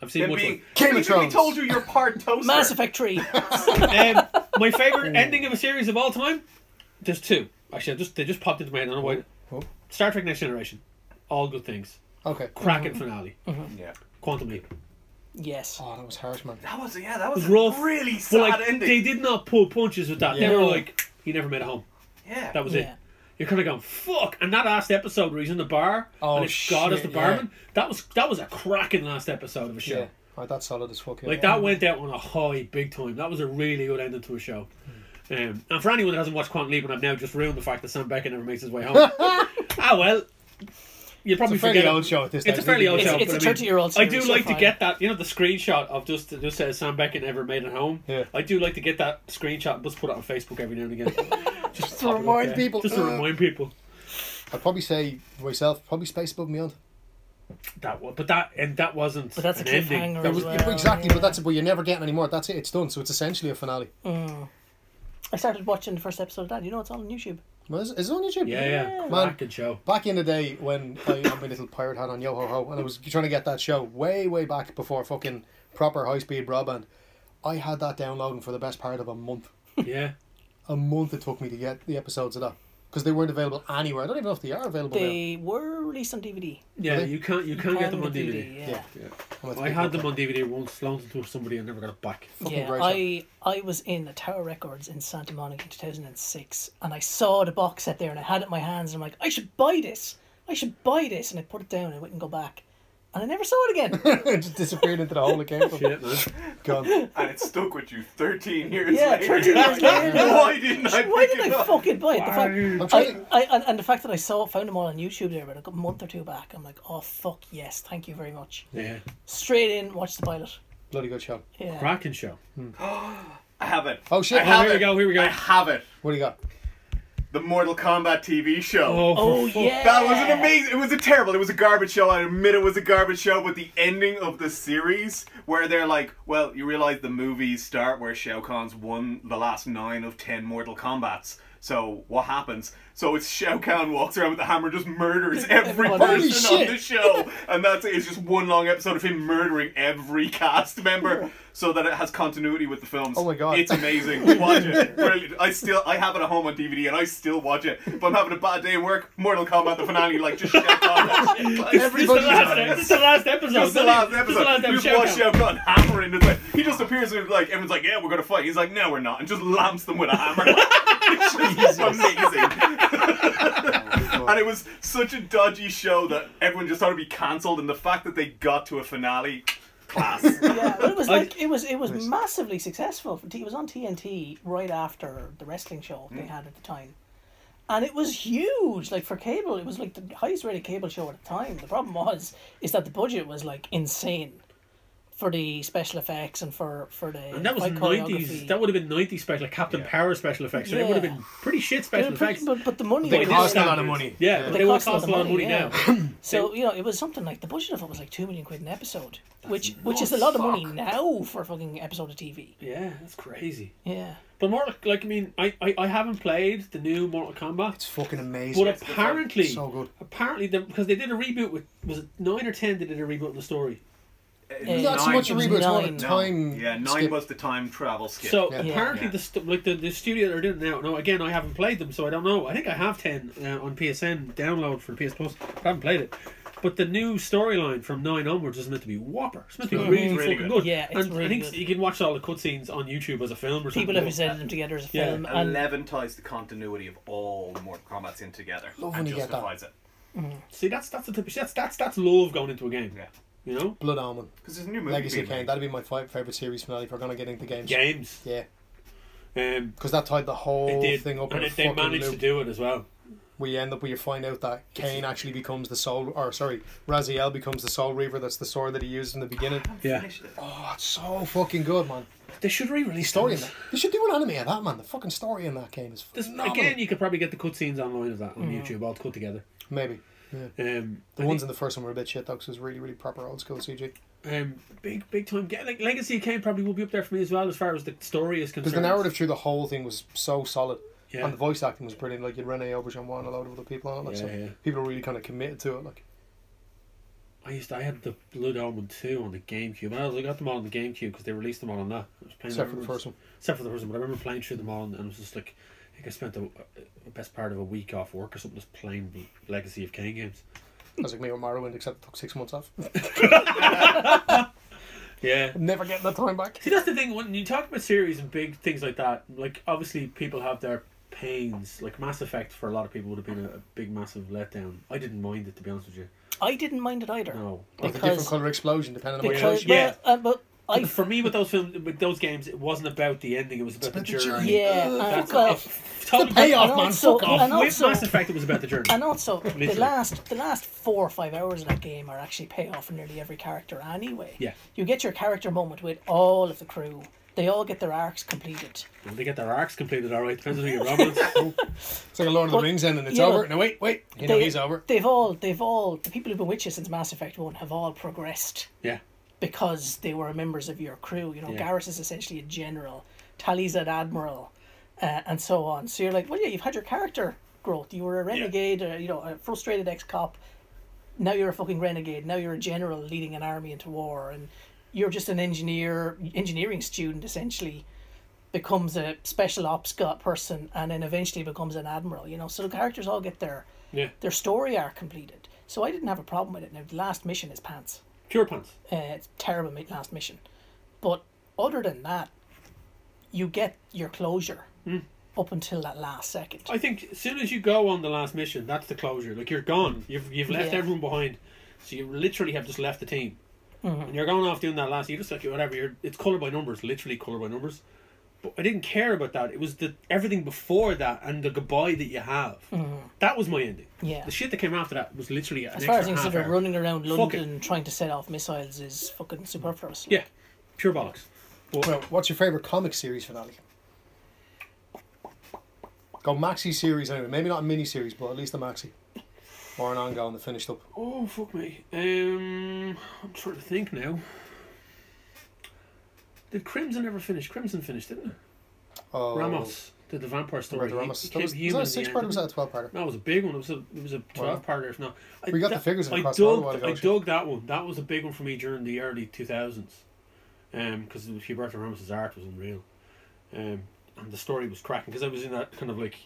S2: I've seen
S4: Than
S2: much
S4: being,
S1: Game of
S4: we
S1: Thrones.
S4: told you you're part toaster.
S3: Mass Effect 3.
S2: worse. um, my favorite ending of a series of all time. There's two actually. I just they just popped into my head. I don't know why.
S1: Oh,
S2: Star Trek Next Generation, all good things.
S1: Okay.
S2: Cracking finale.
S4: Yeah.
S2: Quantum Leap.
S3: yes.
S1: Oh, that was harsh, man.
S4: That was yeah, that was,
S2: It was
S4: a
S2: rough,
S4: really
S2: But
S4: sad
S2: like
S4: ending.
S2: they did not pull punches with that. They
S1: Yeah.
S2: were like, "He never made it home."
S4: yeah.
S2: That was it.
S3: Yeah.
S2: You're kind of going, "Fuck!" And that last episode where he's in the bar
S1: Oh,
S2: and it's God as the
S1: shit,
S2: barman. That was that was a cracking last episode of a show.
S1: Yeah. Oh, that's solid as fuck. Yeah.
S2: Like that went out on a high, big time. That was a really good ending to a show. Um, and for anyone that hasn't watched Quantum Leap, and I've now just ruined the fact that Sam Beckett never makes his way home. ah well, you probably
S1: It's a fairly
S2: forget it.
S1: old show at this
S2: It's a
S1: stage,
S2: fairly
S1: isn't
S2: old
S1: it?
S2: show.
S3: It's-
S2: but
S3: it's
S2: I
S3: a
S2: mean,
S3: 30 year old
S2: I
S3: series,
S2: do
S3: so
S2: like to
S3: fine.
S2: get that. You know the screenshot of just that just says Sam Beckett never made it home.
S1: Yeah.
S2: I do like to get that screenshot. and Just put it on Facebook every now and again. just
S1: to
S2: pop it up
S1: remind
S2: there.
S1: people.
S2: Just to
S1: Uh.
S2: remind people
S1: I'd probably say myself, probably Space Above and Beyond.
S2: that. wa- But that and that wasn't.
S3: But that's
S2: an
S3: a
S2: ending.
S3: cliffhanger
S2: That
S3: as
S2: was-
S3: well.
S1: exactly,
S3: yeah.
S1: but that's it. But you're never getting any more. That's it. It's done. So it's essentially a finale.
S3: I started watching the first episode of that. You know, it's all on YouTube.
S1: Was is it on YouTube?
S2: Yeah, yeah.
S3: Yeah.
S2: Crack and show.
S1: Back in the day when I had my little pirate hat on Yo Ho Ho and I was trying to get that show way, way back before fucking proper high speed broadband, I had that downloading for the best part of a month.
S2: Yeah.
S1: A month it took me to get the episodes of that because they weren't available anywhere. I don't even know if they are available
S3: They were released on DVD.
S2: Yeah,
S1: Really?
S2: you can't you can't get them on
S3: the
S2: DVD.
S3: Yeah.
S1: now.
S2: I had them on DVD once, loaned them to somebody and never got it back.
S1: Fucking
S3: Yeah,
S1: great
S3: I I was in the Tower Records in Santa Monica in 2006, and I saw the box set there, and I had it in my hands, and I'm like, I should buy this, I should buy this, and I put it down, and I wouldn't go back, and I never saw it again.
S1: it just disappeared into the hole it came from.
S2: Shit, man.
S1: Gone.
S4: and it stuck with you 13 years
S3: Yeah,
S4: later.
S3: 13 years later.
S4: Why didn't I
S3: Why
S4: pick
S3: did
S4: it
S3: I
S4: up?
S3: fucking buy it? The fact,
S1: I'm trying
S3: I,
S1: to,
S3: I and- and the fact that I saw found them all on YouTube there about a month or two back, I'm like, oh fuck yes, thank you very much.
S2: Yeah.
S3: Straight in, watch the pilot.
S1: bloody good show.
S3: Yeah,
S2: Crack and show.
S4: I have it.
S1: Oh shit!
S4: I
S2: Oh,
S4: have
S2: here we
S4: it.
S2: go, here we go.
S4: I have it.
S1: What do you got?
S4: The Mortal Kombat TV show.
S2: Oh,
S3: Oh
S2: for fuck-
S3: yeah,
S4: That was an amazing. It was a terrible. It was a garbage show. I admit it was a garbage show. But the ending of the series, where they're like, well, you realize the movies start where Shao Kahn's won the last nine of ten Mortal Kombat's. So what happens? So it's Shao Kahn walks around with the hammer, just murders every
S3: Everyone.
S1: Holy
S4: person on
S1: shit.
S4: the show, and that's it. It's just one long episode of him murdering every cast member, so that it has continuity with the films.
S1: Oh my God.
S4: it's amazing. watch it. Brilliant. I still I have it at home on DVD, and I still watch it. If I'm having a bad day at work, Mortal Kombat the finale, like just Shao Kahn. that shit, like,
S2: This is the
S1: Everybody's
S2: last,
S1: on
S2: this
S1: it.
S2: is the last episode.
S4: Just the
S2: isn't it?
S4: last
S2: This is
S4: episode.
S2: the last
S4: just
S2: episode.
S4: watch Shao Kahn hammering. It's like he just appears and like everyone's like, "Yeah, we're gonna fight." He's like, "No, we're not," and just lamps them with a hammer. It's just
S2: Oh
S4: amazing. and it was such a dodgy show that everyone just thought it'd be cancelled. And the fact that they got to a finale, class.
S3: yeah, but it was
S2: I-
S3: like it was it was massively successful. For T- it was on TNT right after the wrestling show
S1: Mm.
S3: they had at the time, and it was huge. Like for cable, it was like the highest rated cable show at the time. The problem was is that the budget was like insane for the special effects and for for the
S2: And that was
S3: fight
S2: nineties.
S3: choreography.
S2: That would have been nineties special, like Captain Power special effects. So they
S3: Yeah.
S2: would have been pretty shit
S3: But,
S2: special effects.
S3: but, but the money
S1: They
S3: was-
S1: cost a lot of money.
S2: yeah, but
S3: They
S2: they would
S3: cost a lot
S2: cost a
S3: of
S2: lot of money
S3: money,
S2: now.
S3: So you know, it was something like the budget of it was like two million quid an episode, which which is a lot of money now for a fucking episode of TV.
S2: Yeah, that's crazy.
S3: Yeah,
S2: But Mortal, like I mean, I, I, I haven't played the new Mortal Kombat.
S1: It's fucking amazing.
S2: But apparently,
S1: So good.
S2: apparently, the, because they did a reboot with was it nine or ten? They did a reboot on the story.
S1: Not so
S4: Nine-
S1: much a reboot. It's more a
S3: Nine.
S4: No.
S1: time.
S4: Yeah, nine
S1: skip.
S4: was the time travel skip.
S2: So
S1: Yeah.
S2: apparently,
S4: Yeah.
S2: the st- like the, the studio that are doing it now. Now again, I haven't played them, so I don't know. I think I have ten uh, on PSN download for PS Plus. but I haven't played it. But the new storyline from nine onwards is meant to be whopper. It's meant to be
S4: Mhm.
S2: really,
S4: It's really
S2: fucking
S4: good.
S2: good.
S3: Yeah, it's
S2: and I
S3: really
S2: think
S3: good.
S2: you can watch all the cutscenes on YouTube as a film or something.
S3: people have edited them together as a
S2: Yeah,
S3: film, and
S4: Eleven ties the continuity of all Mortal Kombat's in together
S1: Love when
S4: and
S1: you get that.
S4: justifies it.
S2: See, that's that's the type of, that's that's that's love going into a game.
S4: Yeah,
S2: You know,
S1: Blood Almond.
S4: because there's a new movie.
S1: Legacy
S4: being
S1: of
S4: made.
S1: Kane. That'd be my fi- favorite series finale if we're gonna get into games.
S2: games.
S1: Yeah,
S2: Um,
S1: because that tied the
S2: they
S1: whole
S2: did,
S1: thing up in
S2: and
S1: a
S2: it, they
S1: fucking
S2: managed
S1: loop.
S2: to do it as well.
S1: where you end up where you find out that Kane actually becomes the soul, or sorry, Raziel becomes the Soul Reaver. That's the sword that he used in the beginning.
S2: Yeah,
S4: Finished it.
S1: Oh, it's so fucking good, man.
S2: they should re-release
S1: Story in
S2: those.
S1: that. They should do an anime of that, man. The fucking story in that game is
S2: There's-
S1: phenomenal.
S2: again, you could probably get the cutscenes online of that on
S3: Mm.
S2: YouTube, all cut together.
S1: Maybe.
S2: Um,
S1: The ones in the first one were a bit shit though, because it was really, really proper old school CG.
S2: um, big, big time. Get like Legacy of Kane probably will be up there for me as well, as far as the story is
S1: Because
S2: concerned.
S1: the narrative through the whole thing was so solid,
S2: Yeah.
S1: and the voice acting was brilliant. Like you had Rene Auberjonois and a load of other people on it. Like,
S2: Yeah,
S1: so
S2: yeah.
S1: people were really kind of committed to it. Like
S2: I used to, I had the Blood Omen two on the GameCube. I also got them all on the GameCube because they released them all on that. I was playing
S1: except
S2: them-
S1: for the first one.
S2: Except for the first one, but I remember playing through them all, and it was just like I think I spent the uh, best part of a week off work or something just playing the Legacy of Kane games.
S1: That's like me with Morrowind, except it took six months off.
S2: Yeah.
S1: Never getting that time back.
S2: See, that's the thing. When you talk about series and big things like that, like obviously people have their pains. Like Mass Effect for a lot of people would have been a, a big, massive letdown. I didn't mind it to be honest with you.
S3: I didn't mind it either.
S2: No,
S1: Or the
S3: Because-
S1: different color explosion, depending on what
S3: Because
S1: version.
S2: Yeah.
S3: yeah, well, uh, but I
S2: for me with those films, with those games, it wasn't about the ending. It was about the
S1: about the
S2: journey.
S1: journey.
S3: yeah, and, well,
S2: Totally
S1: The payoff,
S3: and
S1: man,
S3: also-
S1: fuck off.
S3: and
S2: With
S3: also-
S2: Mass Effect, it was about the journey.
S3: and also the
S2: Literally.
S3: last the last four or five hours of that game are actually payoff for nearly every character anyway.
S2: Yeah.
S3: you get your character moment with all of the crew. They all get their arcs completed.
S2: When they get their arcs completed, all right. Depends on who you're robbing.
S1: It's like a Lord of the Rings end, and it's
S3: yeah,
S1: over.
S3: but-
S1: No, wait, wait. You know he's over.
S3: They've all they've all the people who've been with you since Mass Effect One have all progressed
S2: yeah.
S3: because they were members of your crew. You know,
S2: Yeah.
S3: Garrus is essentially a general, Tally's an admiral, uh, and so on. So you're like, well, yeah, you've had your character growth. You were a renegade, or, you know, a frustrated ex cop. Now you're a fucking renegade. Now you're a general leading an army into war, and you're just an engineer, engineering student essentially, becomes a special ops got person, and then eventually becomes an admiral. You know, so the characters all get their
S2: Yeah.
S3: their story arc completed. So I didn't have a problem with it. Now the last mission is pants.
S2: Pure pants.
S3: Uh, it's terrible mi- last mission, but other than that, you get your closure
S1: Hmm.
S3: up until that last second.
S1: Oh,
S2: I think as soon as you go on the last mission, that's the closure. Like you're gone. You've you've left
S3: Yeah.
S2: everyone behind. So you literally have just left the team.
S3: Mm-hmm.
S2: And you're going off doing that last. You just like whatever. You're it's color by numbers, literally color by numbers. But I didn't care about that. It was the everything before that and the goodbye that you have. That was my ending.
S3: Mm-hmm. Yeah.
S2: The shit that came after that was literally an
S3: As far as
S2: extra
S3: things
S2: half
S3: that are
S2: hour.
S3: running around
S2: Fuck
S3: London trying to set off missiles is fucking superfluous.
S2: Yeah, pure bollocks. But
S1: Well, what's your favorite comic series finale? Go maxi series anyway. Maybe not a mini series, but at least a maxi or an ongoing that finished up.
S2: oh fuck me. Um, I'm trying to think now. Did Crimson ever finish? Crimson finished, didn't it?
S1: Oh,
S2: Ramos did the vampire story.
S1: Roberto Ramos.
S2: He,
S1: That
S2: he
S1: was, was that
S2: came human.
S1: a
S2: in the
S1: six
S2: end,
S1: part or was
S2: didn't
S1: that a twelve parter?
S2: he? No, it was a big one. It was a it was a twelve parter. If not, I,
S1: We got the
S2: that-
S1: figures
S2: I
S1: across the
S2: dug,
S1: line a while ago,
S2: I
S1: actually.
S2: dug that one. That was a big one for me during the early two thousands, um, because Roberto Ramos's art was unreal, um, and the story was cracking because I was in that kind of like.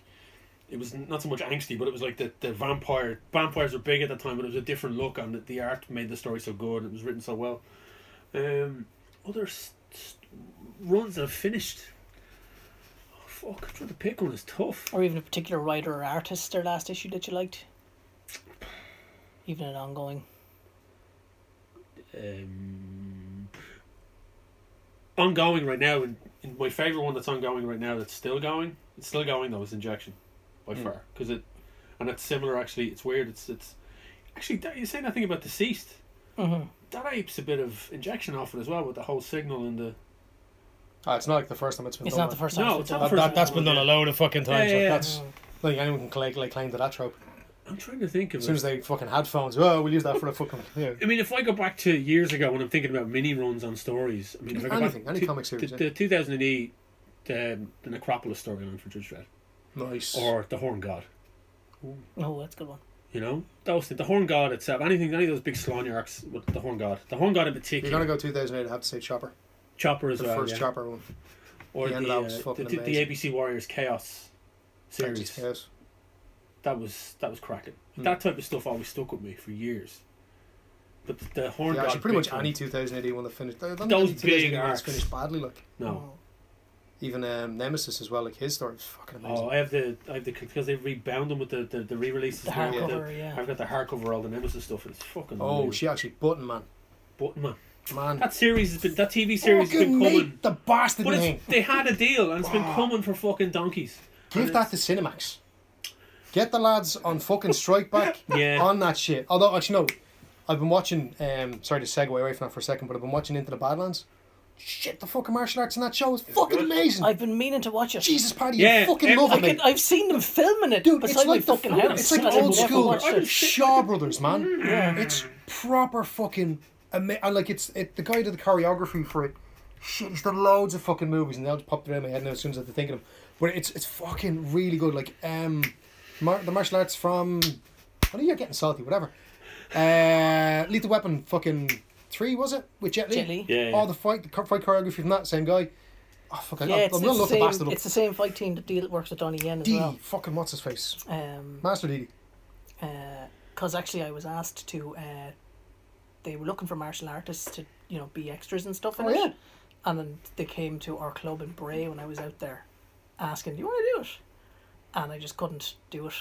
S2: It was not so much angsty, but it was like the, the vampire vampires were big at that time, but it was a different look, and the, the art made the story so good. It was written so well. Um, other s s- runs that have finished. Oh, fuck, trying to pick one is tough.
S3: Or even a particular writer or artist their last issue that you liked. Even an ongoing.
S2: Um, ongoing right now, and, and my favorite one that's ongoing right now that's still going. It's still going though. Is Injection by
S1: Hmm.
S2: far. 'Cause far because it, and it's similar actually. It's weird. It's it's actually that, you say nothing about deceased.
S3: Mm-hmm.
S2: That apes a bit of injection off it as well with the whole signal and the
S1: Ah, it's not like the first time it's been
S3: It's
S1: done.
S3: not the
S1: like.
S3: first time.
S2: No,
S3: it's
S2: it's
S3: been
S2: not the
S3: done.
S2: first
S1: That, that's been done
S2: Yeah.
S1: a load of fucking times.
S2: Yeah,
S1: like,
S2: yeah, yeah.
S1: That's like anyone can claim, like, claim to that trope.
S2: I'm trying to think of
S1: As soon
S2: it.
S1: as they fucking had phones, oh, we'll use that for a fucking. Yeah.
S2: I mean, if I go back to years ago when I'm thinking about mini runs on stories, I mean, if I go
S1: Anything,
S2: back
S1: any
S2: to,
S1: comic series,
S2: to,
S1: yeah.
S2: the 2008, um, the Necropolis storyline for Judge Dredd,
S1: Nice.
S2: or the Horn God,
S3: Oh, that's a good one.
S2: you know, those things, the Horn God itself, anything, any of those big Slania arcs with the Horn God, the Horn God in
S1: You're
S2: particular,
S1: gonna go 2008, I have to say Chopper.
S2: Chopper as
S1: The
S2: well,
S1: first
S2: yeah.
S1: Chopper one.
S2: or
S1: the end of
S2: the,
S1: that
S2: uh,
S1: was
S2: the,
S1: fucking
S2: the, the
S1: amazing.
S2: ABC Warriors Chaos series,
S1: Yes.
S2: that was that was cracking.
S1: Hmm.
S2: That type of stuff always stuck with me for years. But the, the Horn
S1: Yeah,
S2: God,
S1: actually, pretty much
S2: big one-
S1: any 2008 one that finished. I don't
S2: Those
S1: think any 2008
S2: big
S1: ones
S2: arcs.
S1: finished badly, like.
S2: no.
S1: Even um, Nemesis as well, like his story was fucking amazing.
S2: Oh, I have the I have the because they rebound them with the the, the re-releases
S3: The
S2: now with the-
S3: hardcover, yeah.
S2: I've got the hardcover, all the Nemesis stuff. It's fucking.
S1: Oh,
S2: unreal.
S1: she actually button man,
S2: But man,
S1: man.
S2: that series has been that TV series has
S1: Fucking
S2: been coming.
S1: make the bastard
S2: But
S1: thing.
S2: it's, they had a deal, and it's been coming for fucking donkeys.
S1: Give that to Cinemax. Get the lads on fucking strike back
S2: Yeah.
S1: on that shit. Although actually no, I've been watching. Um, sorry to segue away from that for a second, but I've been watching Into the Badlands. Shit, the fucking martial arts in that show is fucking
S4: good.
S1: amazing.
S3: Mm. I've been meaning to watch it.
S1: Jesus, Paddy, you
S2: Yeah,
S1: fucking
S2: every-
S1: love
S3: I
S1: it, mate.
S3: can, I've seen them filming it
S1: Dude,
S3: beside
S1: it's
S3: my
S1: like the
S3: fucking
S1: fucking
S3: house.
S1: it's like
S3: but I've
S1: old
S3: never
S1: school
S3: watched it.
S1: Shaw Brothers, man. It's proper fucking ama- and like it's it, the guy did the choreography for it. Shit, he's done loads of fucking movies, and they all just popped around my head now as soon as I think of them. But it's it's fucking really good. Like um, mar- the martial arts from I know you're getting salty, whatever. Uh, Lethal Weapon, fucking three was it with Jet Li?
S3: Jet Li.
S2: Yeah, yeah.
S1: Oh, the fight, the co- fight choreography from that same guy. Oh fuck, I,
S3: Yeah,
S1: I'm,
S3: it's,
S1: I'm
S3: it's,
S1: gonna
S3: the
S1: look the bastard
S3: same,
S1: up.
S3: it's the same fight team that deal works with Donnie Yen as
S1: D,
S3: well.
S1: fucking what's his face?
S3: Um,
S1: Master D.
S3: because actually I was asked to. Uh, they were looking for martial artists to you know be extras and stuff in
S1: Oh,
S3: it,
S1: yeah.
S3: and then they came to our club in Bray when I was out there, asking, "Do you want to do it?" And I just couldn't do it.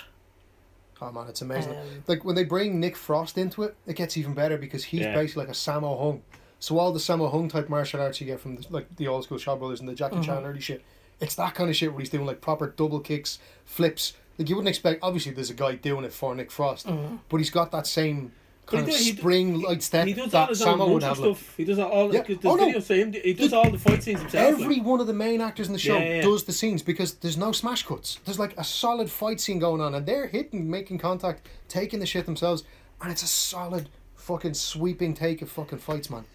S1: Oh man, it's amazing.
S3: Um,
S1: like when they bring Nick Frost into it, it gets even better because he's
S2: Yeah.
S1: basically like a Sammo Hung. So all the Sammo Hung type martial arts you get from the, like the old school Shaw Brothers and the Jackie Chan early shit, it's that kind of shit where he's doing like proper double kicks, flips. Like you wouldn't expect. Obviously, there's a guy doing it for Nick Frost, but he's got that same
S2: But he
S1: kind of
S2: does- he d-
S1: spring like step
S2: He does all
S1: that
S2: his own
S1: Sammo would
S2: monster
S1: have. Like,
S2: stuff. He does all.
S1: Yeah.
S2: Yeah. There's
S1: Oh, no.
S2: videos of him. He does
S1: The-
S2: all the fight scenes himself. like.
S1: Every one of the main actors in the show
S2: Yeah, yeah.
S1: does the scenes because there's no smash cuts. There's like a solid fight scene going on, and they're hitting, making contact, taking the shit themselves, and it's a solid fucking sweeping take of fucking fights, man.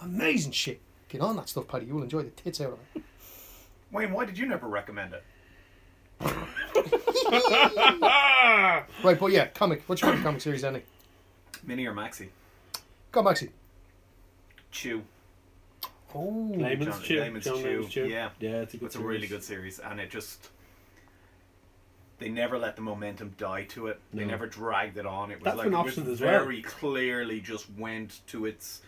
S1: Amazing shit. Get on that stuff, Paddy. You'll enjoy the tits out of it.
S4: Wayne, why did you never recommend it?
S1: Right, but yeah, comic. What's your favorite comic series, Andy?
S4: Mini or Maxi?
S1: Got Maxi.
S4: Chew.
S1: Oh,
S2: Layman's
S4: John-
S2: Chew.
S4: Layman's
S2: John
S4: Chew,
S2: Layman's Chew.
S4: yeah.
S2: yeah, it's a good.
S4: It's a really
S2: series.
S4: good series, and it just. They never let the momentum die to it. They
S2: No.
S4: never dragged it on. It was
S2: That's
S4: like
S2: been
S4: it was
S2: optioned as well.
S4: very clearly just went to its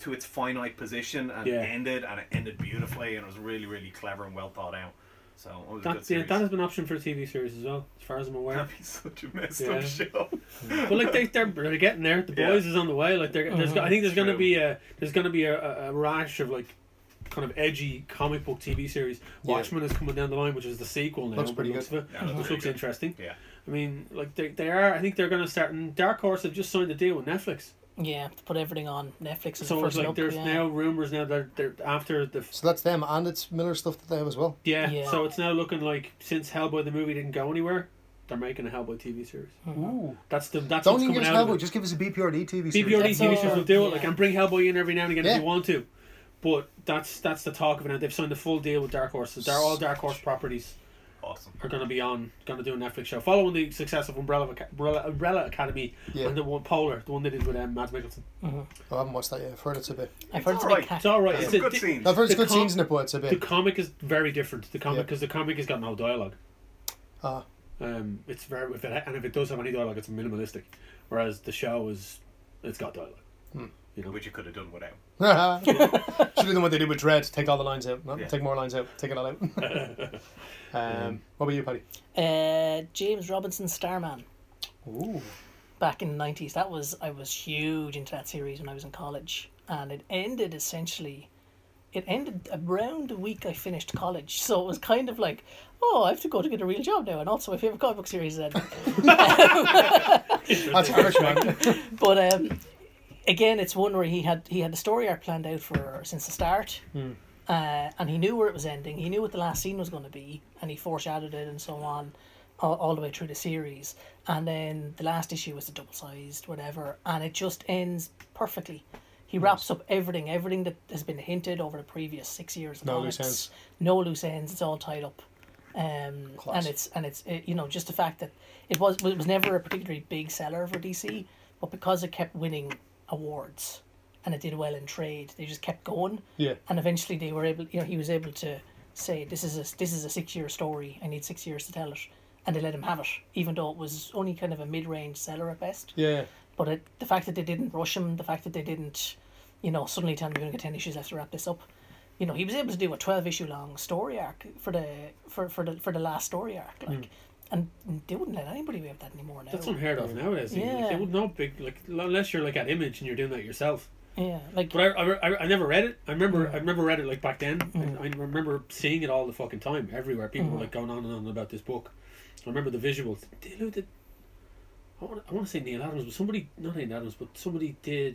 S4: to its finite position and
S2: Yeah.
S4: ended, and it ended beautifully, and it was really, really clever and well thought out. So it was a good
S2: That, yeah,
S4: series.
S2: that has been an option for a TV series as well, as far as I'm aware.
S4: That'd be such a messed
S2: Yeah.
S4: up show.
S2: but like they, they're they're getting there. The
S4: Yeah.
S2: boys is on the way. Like they're, there's, I think there's going to
S4: True.
S2: be a there's going to be a, a- a rash of like kind of edgy comic book TV series.
S1: Yeah.
S2: Watchmen is coming down the line, which is the sequel now.
S1: Looks
S2: but
S1: pretty
S2: looks
S1: good.
S2: of it,
S4: Yeah, looks
S2: which
S4: pretty
S2: looks
S4: good.
S2: interesting.
S4: Yeah.
S2: I mean, like they, they are. I think they're going to start. And Dark Horse have just signed a deal with Netflix,
S3: Yeah, to put everything on Netflix is the
S2: so it's
S3: first
S2: like
S3: look,
S2: there's
S3: yeah.
S2: now rumors now that they're after the
S1: So that's them, and it's Miller stuff that they have as well.
S2: yeah,
S3: Yeah.
S2: So it's now looking like since Hellboy the movie didn't go anywhere, they're making a Hellboy TV series.
S3: Hmm.
S1: Ooh.
S2: That's the that's
S1: Don't
S2: what's
S1: even give
S2: coming
S1: us
S2: out. of it.
S1: Hellboy, just give us a BPRD TV series.
S2: BPRD
S3: That's
S2: TV
S3: all-
S2: shows will do it, like,
S3: yeah.
S2: and bring Hellboy in every now and again
S1: Yeah.
S2: if you want to. But that's that's the talk of it. now. They've signed a full deal with Dark Horse. So they're all Dark Horse properties
S4: Awesome.
S2: are going to be on, going to do a Netflix show, following the success of Umbrella, Aca- Umbrella, Umbrella Academy
S1: Yeah.
S2: and the one Polar, the one they did with um, Mads Mikkelsen.
S1: Oh, I haven't watched that yet. I've heard it's a bit.
S3: I've heard
S4: It's
S3: it's a big
S4: alright.
S3: cat.
S2: It's all right.
S4: There's
S2: It's
S4: some
S2: a
S4: good
S2: di-
S4: scenes.
S1: I've heard it's
S2: The
S1: good
S2: com-
S1: scenes in it, but it's a
S2: The
S1: bit.
S2: comic is very different. The comic
S1: Yeah.
S2: because the comic has got no dialogue.
S1: Ah.
S2: Um, it's very if it, and if it does have any dialogue, it's minimalistic. Whereas the show is, it's got dialogue.
S4: Which you could have done without.
S1: Should have done what they did with Dread. Take all the lines out. No,
S4: Yeah.
S1: Take more lines out. Take it all out. um, what about you, Paddy?
S3: Uh, James Robinson Starman
S1: Ooh.
S3: back in the nineties. That was I was huge into that series when I was in college, and it ended essentially. It ended around the week I finished college, so it was kind of like, oh, I have to go to get a real job now, and also my favorite comic book series. Then.
S1: That's harsh, man.
S3: But um, again, it's one where he had he had the story arc planned out for since the start,
S1: Hmm.
S3: uh, and he knew where it was ending. He knew what the last scene was going to be, and he foreshadowed it and so on, all, all the way through the series. And then the last issue was the double sized whatever, and it just ends perfectly. He wraps up everything, everything that has been hinted over the previous six years. of
S1: No loose
S3: comics.
S1: ends.
S3: No loose ends. It's all tied up. Um,
S1: Class.
S3: and it's and it's it, you know just the fact that it was it was never a particularly big seller for DC, but because it kept winning awards and it did well in trade, they just kept going.
S1: Yeah.
S3: And eventually they were able, you know, he was able to say this is a this is a six year story. I need six years to tell it, and they let him have it, even though it was only kind of a mid range seller at best.
S1: Yeah.
S3: But it, the fact that they didn't rush him, the fact that they didn't, you know, suddenly tell him you're going to get 10 issues, let's wrap this up. You know, he was able to do a 12 issue long story arc for the for, for the for the last story arc. Like,
S4: Mm.
S3: And they wouldn't let anybody have that anymore now.
S2: That's unheard of nowadays. Oh, Yeah. Like,
S3: Yeah.
S2: they would not big like unless you're like at Image and you're doing that yourself.
S3: yeah, like,
S2: But I, I, I never read it. I remember I remember read it like back then. and I remember seeing it all the fucking time everywhere. People were like going on and on about this book. I remember the visuals. They looked at- I want, I want to say Neil Adams, but somebody not Neil Adams, but somebody did.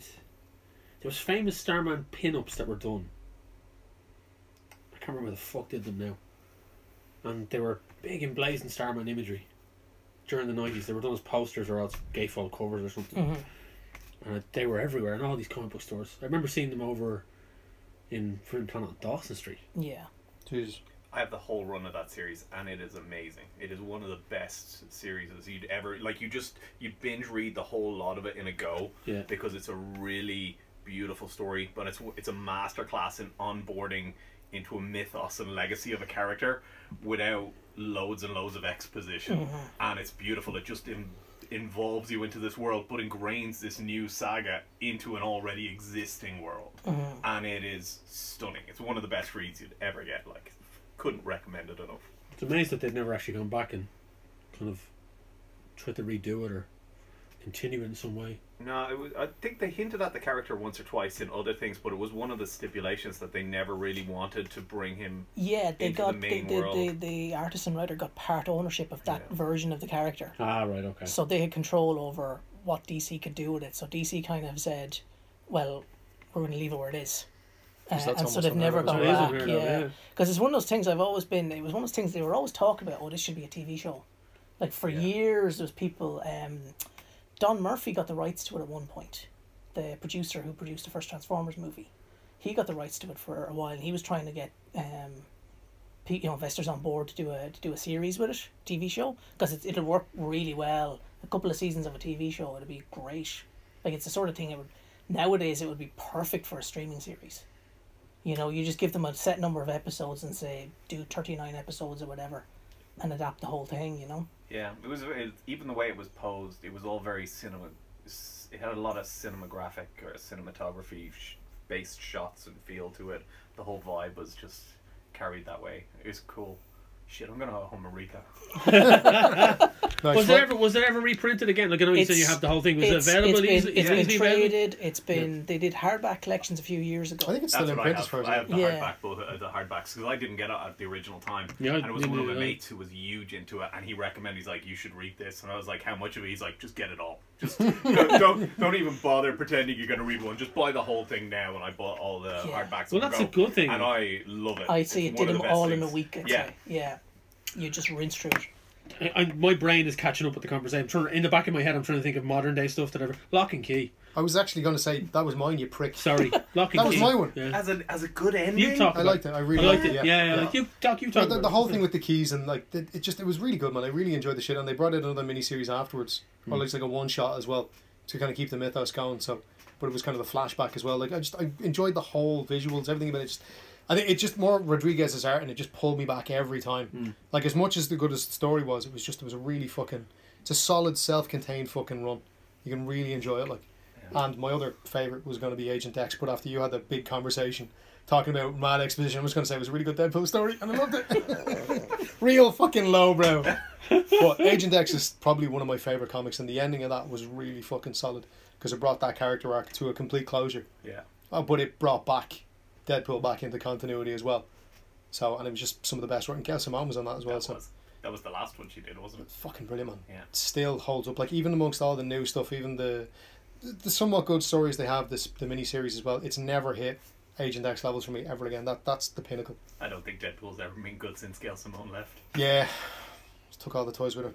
S2: There was famous Starman pin-ups that were done. I can't remember the fuck did them now. And they were big and blazing Starman imagery during the nineties. They were done as posters or else gatefold covers or something
S3: mhm.
S2: and Uh, they were everywhere in all these comic book stores. I remember seeing them over in Fruit Planet on Dawson Street.
S3: yeah.
S1: Jesus.
S4: I have the whole run of that series, and it is amazing. It is one of the best series you'd ever like. You just you binge read the whole lot of it in a go,
S2: Yeah.
S4: because it's a really beautiful story. But it's it's a masterclass in onboarding into a mythos and legacy of a character without loads and loads of exposition, and it's beautiful. It just in, involves you into this world, but ingrains this new saga into an already existing world, and it is stunning. It's one of the best reads you'd ever get. Like, couldn't recommend it enough.
S2: It's amazed that they've never actually gone back and kind of tried to redo it or continue it in some way.
S4: No, it was, I think they hinted at the character once or twice in other things, but it was one of the stipulations that they never really wanted to bring him.
S3: Yeah, they
S4: into the
S3: got
S4: main
S3: the, the, the,
S4: world.
S3: the artist and writer got part ownership of that
S4: Yeah.
S3: version of the character.
S2: Ah, right, okay.
S3: So they had control over what DC could do with it. So DC kind of said, "Well, we're going to leave it where it is," uh,
S1: Because that's
S3: and so
S1: almost
S3: they've never
S1: unheard
S3: gone
S1: of,
S2: isn't it?
S3: back.
S2: It is unheard of, yeah.
S3: Yeah, because it's one of those things I've always been. It was one of those things they were always talking about. Oh, this should be a TV show. Like for years, there was people. Um, Don Murphy got the rights to it at one point. The producer who produced the first Transformers movie, he got the rights to it for a while. and He was trying to get um, pe- you know investors on board to do a to do a series with it, TV show, because it'll work really well. A couple of seasons of a TV show, it'd be great. Like it's the sort of thing it would nowadays it would be perfect for a streaming series. You know, you just give them a set number of episodes and say do thirty nine episodes or whatever, and adapt the whole thing. You know,
S4: Yeah, it was it, even the way it was posed. It was all very cinema. It had a lot of cinematographic or cinematography sh- based shots and feel to it. The whole vibe was just carried that way. It was cool. Shit, I'm gonna home and read that.
S1: Nice.
S2: Was there ever was there ever reprinted again? Like I know you said you
S3: It's-
S2: have the whole thing. Was
S3: it's,
S2: it available
S3: it's
S2: easily?
S3: been, it's
S2: easily
S3: been
S2: available?
S3: traded. It's been they did hardback collections a few years ago.
S1: I think it's still
S4: That's
S1: in
S4: what I
S1: print as
S4: have.
S1: far as
S4: I
S1: I
S4: have the
S3: Yeah.
S4: hardback, both uh, the hardbacks, because I didn't get it at the original time.
S2: Yeah,
S4: and it was
S2: me
S4: one of
S2: neither,
S4: my
S2: yeah.
S4: mates who was huge into it, and he recommended. He's like, "You should read this," and I was like, "How much of it?" He's like, "Just get it all. Just don't, don't don't even bother pretending you're going to read one. Just buy the whole thing now." And I bought all the
S3: Yeah.
S4: hardbacks.
S2: Well,
S4: on
S2: that's
S4: the
S2: a good thing.
S4: and I love it.
S3: I'd say
S4: It's
S3: it
S4: one
S3: did
S4: of
S3: them
S4: the best
S3: all in a
S4: things.
S3: week. I'd
S4: yeah,
S3: say. yeah. You just rinse through it.
S2: I, I, my brain is catching up with the conversation. I'm trying, in the back of my head, I'm trying to think of modern day stuff that ever lock and key.
S1: I was actually going to say that was mine, you prick.
S2: Sorry, lock and
S1: That was
S2: key.
S1: my one.
S2: Yeah.
S4: as a as a good ending.
S2: You talk.
S1: I
S2: about
S1: liked it. I really
S2: I liked it.
S1: Yeah,
S2: Yeah, yeah, Like you talk. You
S1: No,
S2: talk.
S1: the,
S2: about
S1: the
S2: it.
S1: whole thing with the keys and like it, it just it was really good, man. I really enjoyed the shit, and they brought out another miniseries afterwards, or at least like a one shot as well, to kind of keep the mythos going. So, but it was kind of a flashback as well. Like I just I enjoyed the whole visuals, everything about it. Just, I think it just more Rodriguez's art, and it just pulled me back every time. Like as much as the good as the story was, it was just it was a really fucking. It's a solid, self-contained fucking run. You can really enjoy it, like. And my other favorite was going to be Agent X, but after you had that big conversation talking about mad exposition, I was going to say it was a really good Deadpool story, and I loved it. Real fucking lowbrow. But Agent X is probably one of my favorite comics, and the ending of that was really fucking solid because it brought that character arc to a complete closure.
S4: Yeah,
S1: Oh, but it brought back Deadpool back into continuity as well. So, and it was just some of the best work. And Gail Simone was on that as well.
S4: that
S1: so,
S4: was that was the last one she did, wasn't it?
S1: fucking brilliant, man.
S4: Yeah.
S1: Still holds up. Like even amongst all the new stuff, even the the somewhat good stories they have, this the mini series as well. It's never hit Agent X levels for me ever again. That that's the pinnacle.
S4: I don't think Deadpool's ever been good since Gail Simone left.
S1: Yeah. Just took all the toys with her.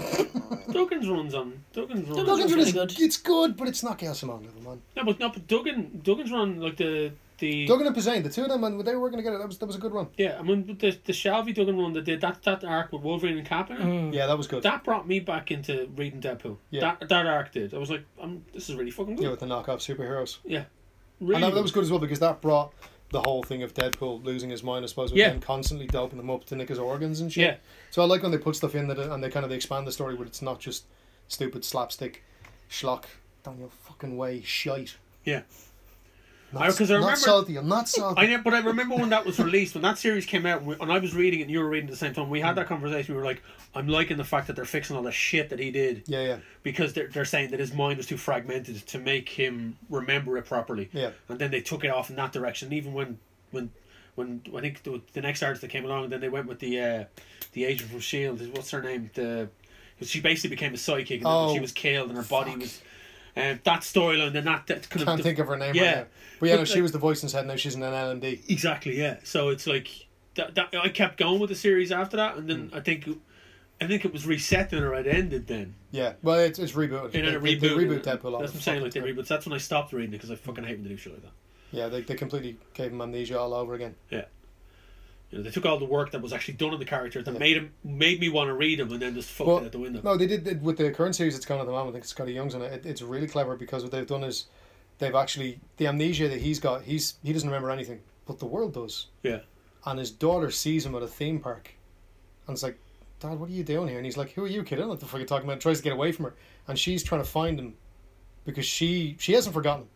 S2: Duggan's runs on Duggan's runs.
S3: Duggan's
S1: Duggan's
S3: really
S1: is-
S3: good.
S1: It's good, but it's not Gail Simone level, man.
S2: No, but no, but Duggan Duggan's run like the the
S1: Duggan and Pizzane, the two of them, man, they were working together. That was that was a good run.
S2: yeah. I mean the the Shelby Duggan run that did that that arc with Wolverine and Cap. in it,
S1: Yeah, that was good.
S2: That brought me back into reading Deadpool.
S1: Yeah.
S2: That that arc did. I was like, i this is really fucking good.
S1: Yeah, with the knockoff superheroes.
S2: really.
S1: And that, that was good as well because that brought the whole thing of Deadpool losing his mind, I suppose, with
S2: Yeah.
S1: him constantly doping them up to nick his organs and shit.
S2: yeah.
S1: So I like when they put stuff in that uh, and they kind of they expand the story, but it's not just stupid slapstick schlock down your fucking way shite.
S2: Yeah.
S1: Not,
S2: I- 'cause I
S1: not
S2: remember-
S1: salty. I'm not salty.
S2: I know, but I remember when that was released, when that series came out, we- and I was reading it, and you were reading at the same time. We had that conversation. We were like, "I'm liking the fact that they're fixing all the shit that he did
S1: Yeah, yeah,
S2: because they're they're saying that his mind was too fragmented to make him remember it properly."
S1: yeah.
S2: And then they took it off in that direction. And even when when when I think the, the next artist that came along, then they went with the uh, the agent from Shield. E What's her name? The 'cause she basically became a psychic, and then when
S1: Oh,
S2: she was killed, and her body
S1: fuck.
S2: was. Um, that storyline, then that, that kind of
S1: Can't think of her name
S2: yeah.
S1: right now. But yeah,
S2: But,
S1: no, she
S2: like-
S1: was the voice inside. Now she's in an LMD.
S2: Exactly, yeah. So it's like that, that I kept going with the series after that, and
S1: Mm.
S2: then I think, I think it was reset and or it ended then.
S1: Yeah. Well, it's, it's rebooted.
S2: And then
S1: They- they-
S2: it rebooted.
S1: they reboot Deadpool. all
S2: That's what
S1: the
S2: I'm saying.
S1: fucking
S2: Like they
S1: time.
S2: reboot. That's when I stopped reading it because I fucking hate when they do shit like that.
S1: Yeah, they, they completely gave him amnesia all over again.
S2: You know, they took all the work that was actually done on the character that made him made me want to read him, and then just fucked
S1: Well,
S2: it out the window.
S1: No, they did it with the current series that's gone at the moment. I think Scotty Young's on it. it. It's really clever because what they've done is they've actually the amnesia that he's got. He's he doesn't remember anything, but the world does.
S2: Yeah.
S1: And his daughter sees him at a theme park, and it's like, Dad, what are you doing here? And he's like, Who are you, kid? I don't know what the fuck you're talking about. And tries to get away from her, and she's trying to find him because she she hasn't forgotten.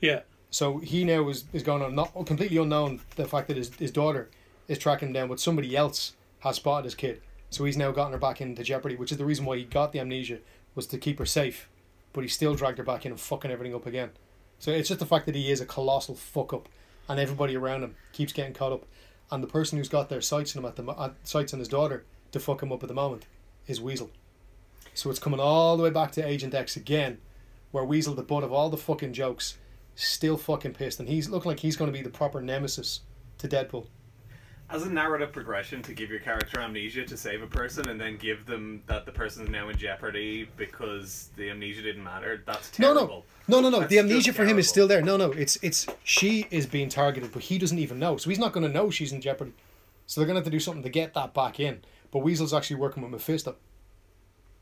S2: Yeah,
S1: So he now is, is going on not completely unknown the fact that his, his daughter is tracking him down, but somebody else has spotted his kid. So he's now gotten her back into jeopardy, which is the reason why he got the amnesia was to keep her safe, but he still dragged her back in and fucking everything up again. So it's just the fact that he is a colossal fuck up, and everybody around him keeps getting caught up, and the person who's got their sights on him at the mo- uh, sights on his daughter to fuck him up at the moment is Weasel. So it's coming all the way back to Agent X again, where Weasel, the butt of all the fucking jokes, still fucking pissed, and he's looking like he's going to be the proper nemesis to Deadpool.
S4: As a narrative progression, to give your character amnesia to save a person, and then give them that the person's now in jeopardy because the amnesia didn't matter. That's terrible.
S1: No, no, no, no.
S4: That's
S1: the amnesia
S4: just
S1: for him is
S4: terrible.
S1: still there. No, no. It's it's she is being targeted, but he doesn't even know, so he's not going to know she's in jeopardy. So they're going to have to do something to get that back in. But Weasel's actually working with Mephisto.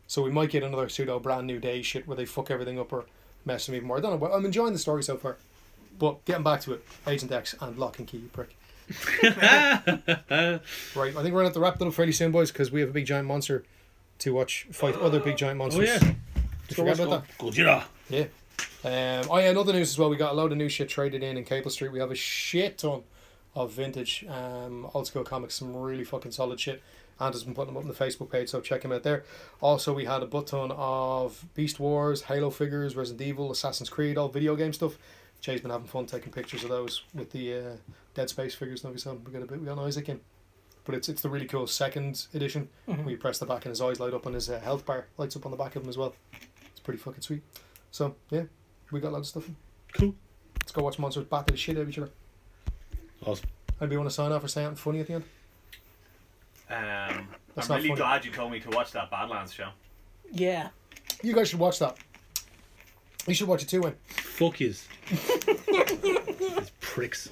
S1: So we might get another pseudo brand new day shit where they fuck everything up or mess them even more. I don't know. but I'm enjoying the story so far. But getting back to it, Agent X and Lock and Key, you prick. right, I think we're going to have to wrap it up fairly soon, boys, because we have a big giant monster to watch fight other big giant
S4: Oh,
S1: monsters.
S2: yeah.
S1: Did you forget about that?
S2: Gojira.
S1: Yeah. Um, oh yeah, another news as well. We got a load of new shit traded in in Cable Street. We have a shit ton of vintage um, old school comics, some really fucking solid shit. Andy's been putting them up on the Facebook page, so check him out there. Also, we had a butt ton of Beast Wars, Halo figures, Resident Evil, Assassin's Creed, all video game stuff. Jay's been having fun taking pictures of those with the uh, Dead Space figures. Now we saw we got a bit we got an Isaac in, but it's it's the really cool second edition. where you press the back and his eyes light up and his uh, health bar lights up on the back of him as well. It's pretty fucking sweet. So yeah, we got loads of stuff.
S2: Cool.
S1: Let's go watch monsters bat the shit out of each other.
S2: Awesome.
S1: Anybody want to sign off or say something funny at the end?
S4: Um,
S1: That's not
S4: I'm really
S1: funny.
S4: glad you told me to watch that Badlands show.
S3: Yeah.
S1: You guys should watch that. You should watch it too, Wayne.
S2: Fuck yous. These pricks.